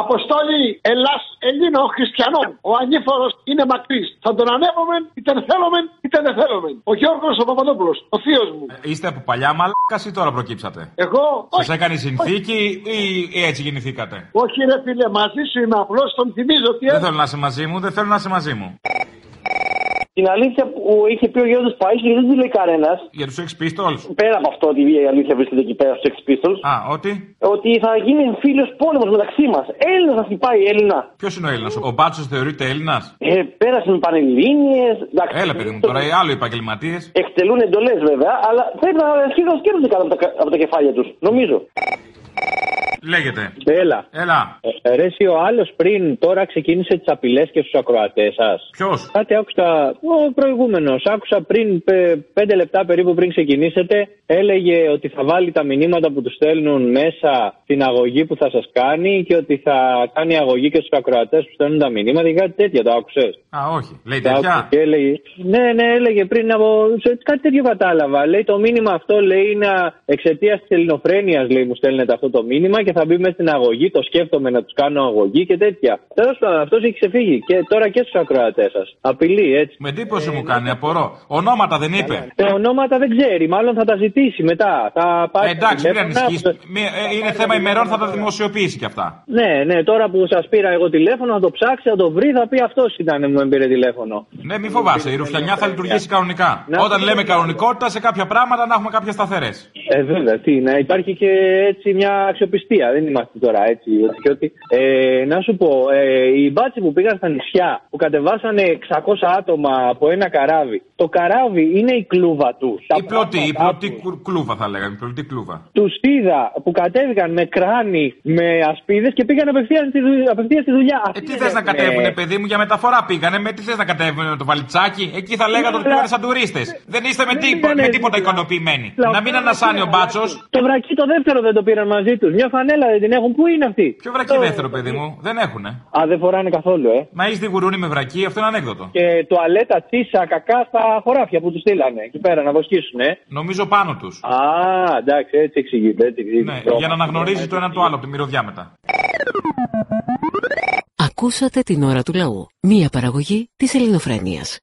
Speaker 26: Αποστόλη Ελλάς Ελλήνων Χριστιανών. Ο ανήφορος είναι μακρύς. Θα τον ανέβουμε, είτε θέλουμε, είτε δεν θέλουμε. Ο Γιώργος ο Παπαδόπουλος, ο θείος μου.
Speaker 2: Ε, Είστε από παλιά μαλάκα ή τώρα προκύψατε.
Speaker 26: Εγώ, όχι,
Speaker 2: Σας έκανε η συνθήκη ή, ή έτσι γεννηθήκατε.
Speaker 26: όχι ρε φίλε, μαζί σου είμαι απλώς, τον θυμίζω ότι
Speaker 2: Δεν θέλω να είσαι μαζί μου, δεν θέλω να είσαι μαζί μου.
Speaker 8: Την αλήθεια που είχε πει ο Γιώργος Παΐχη δεν τη λέει κανένας.
Speaker 2: Για τους Sex Pistols.
Speaker 8: Πέρα από αυτό ότι η αλήθεια βρίσκεται εκεί πέρα στους Sex Pistols.
Speaker 2: Α, ότι.
Speaker 8: Ότι θα γίνει εμφύλιο πόλεμος μεταξύ μας. Έλληνας θα χτυπάει Έλληνα.
Speaker 2: Ποιος είναι ο Έλληνας, ο Μπάτσος θεωρείται Έλληνας.
Speaker 8: Ε, πέρασε με πανελλήνιες. εντάξει,
Speaker 2: Έλα, παιδί μου, τώρα οι άλλοι επαγγελματίες.
Speaker 8: Εκτελούν εντολές βέβαια, αλλά πρέπει να αρχίσουν να σκέφτονται κάτω από τα, κα- από τα κεφάλια τους. Νομίζω.
Speaker 2: Λέγεται.
Speaker 7: Έλα.
Speaker 2: Έλα.
Speaker 7: Ε, ρε, εσύ ο άλλος πριν τώρα ξεκίνησε τις απειλές και στους ακροατές σας.
Speaker 2: Ποιος?
Speaker 7: Κάτι άκουσα. Ο προηγούμενος. Άκουσα πριν πε- πέντε λεπτά περίπου πριν ξεκινήσετε. Έλεγε ότι θα βάλει τα μηνύματα που τους στέλνουν μέσα στην αγωγή που θα σας κάνει και ότι θα κάνει αγωγή και στους ακροατές που στέλνουν τα μηνύματα και κάτι τέτοια. Το άκουσες.
Speaker 2: Α, όχι. Λέει
Speaker 7: Τα άκουσα
Speaker 2: τέτοια.
Speaker 7: και έλεγε- ναι, ναι, έλεγε πριν από. σε- Κάτι τέτοιο κατάλαβα. Λέει το μήνυμα αυτό λέει είναι εξαιτίας της ελληνοφρένειας. Λέει μου στέλνετε αυτό το μήνυμα και θα μπει μέσα στην αγωγή. Το σκέφτομαι να τους κάνω αγωγή και τέτοια. Τέλος πάντων, αυτός έχει ξεφύγει και τώρα και στους ακροατές σας. Απειλή, έτσι.
Speaker 2: Με
Speaker 26: Ε,
Speaker 2: εντύπωση
Speaker 26: ναι.
Speaker 2: μου κάνει, απορώ. Ονόματα δεν είπε.
Speaker 7: Ε, ονόματα δεν ξέρει, μάλλον θα τα ζητήσει μετά. Θα πάρει
Speaker 2: Ε, εντάξει, μην
Speaker 7: τηλέφωνα.
Speaker 2: ανησυχεί. Είναι θέμα ημερών, θα τα δημοσιοποιήσει κι αυτά.
Speaker 7: Ναι, ναι, τώρα που σας πήρα εγώ τηλέφωνο, θα το ψάξει, θα το βρει, θα πει αυτός ήταν μου εμπειρε τηλέφωνο.
Speaker 2: Ναι, μην φοβάσαι, η ρουφιανιά θα λειτουργήσει κανονικά. Όταν λέμε κανονικότητα, σε κάποια πράγματα να έχουμε κάποιες σταθερές.
Speaker 7: Ε, βέβαια, τι, να υπάρχει και έτσι μια αξιοπιστία. Δεν είμαστε τώρα έτσι. Ότι, και ότι. Ε, να σου πω, ε, οι μπάτσοι που πήγαν στα νησιά, που κατεβάσανε 600 άτομα από ένα καράβι, Το καράβι είναι η κλούβα του.
Speaker 2: Η πλωτή, η πλωτή κου- κλούβα θα λέγαμε. Η πλωτή κλούβα.
Speaker 7: Τους είδα που κατέβηκαν με κράνη, με ασπίδες και πήγαν απευθείας στη, δου... απευθείας στη δουλειά. Ε,
Speaker 2: Τι θες να κατέβουνε, παιδί μου, για μεταφορά πήγανε. Με τι θες να κατέβουνε με το βαλιτσάκι. Εκεί θα λέγατε ότι
Speaker 7: Ναι, αλλά- Ναι,
Speaker 2: πήγανε σαν τουρίστες. Δεν είστε με, τίπο- με τίποτα ικανοποιημένοι. Να μην ανασάνει ο μπάτσος.
Speaker 7: Το βρακί το δεύτερο δεν το πήραν μαζί τους. Μια φανέλα δεν την έχουν. Πού είναι αυτή.
Speaker 2: Ποιο βρακί δεύτερο, παιδί μου. Δεν έχουνε.
Speaker 7: Α, δεν φοράνε καθόλου, ε.
Speaker 2: Να είσαι τη γουρούνι με βρακί, αυτό είναι ανέκδοτο.
Speaker 7: Και τουαλέτα, τσίσα, κακά στα χωράφια που τους στείλανε εκεί πέρα να βοσκήσουν, ε.
Speaker 2: Νομίζω πάνω τους.
Speaker 7: Α, εντάξει, έτσι εξηγείται. Έτσι εξηγείται.
Speaker 2: Για να αναγνωρίζει το ένα το άλλο από τη μυρωδιά μετά.
Speaker 3: Ακούσατε την ώρα του λαού. Μία παραγωγή της ελληνοφρένειας.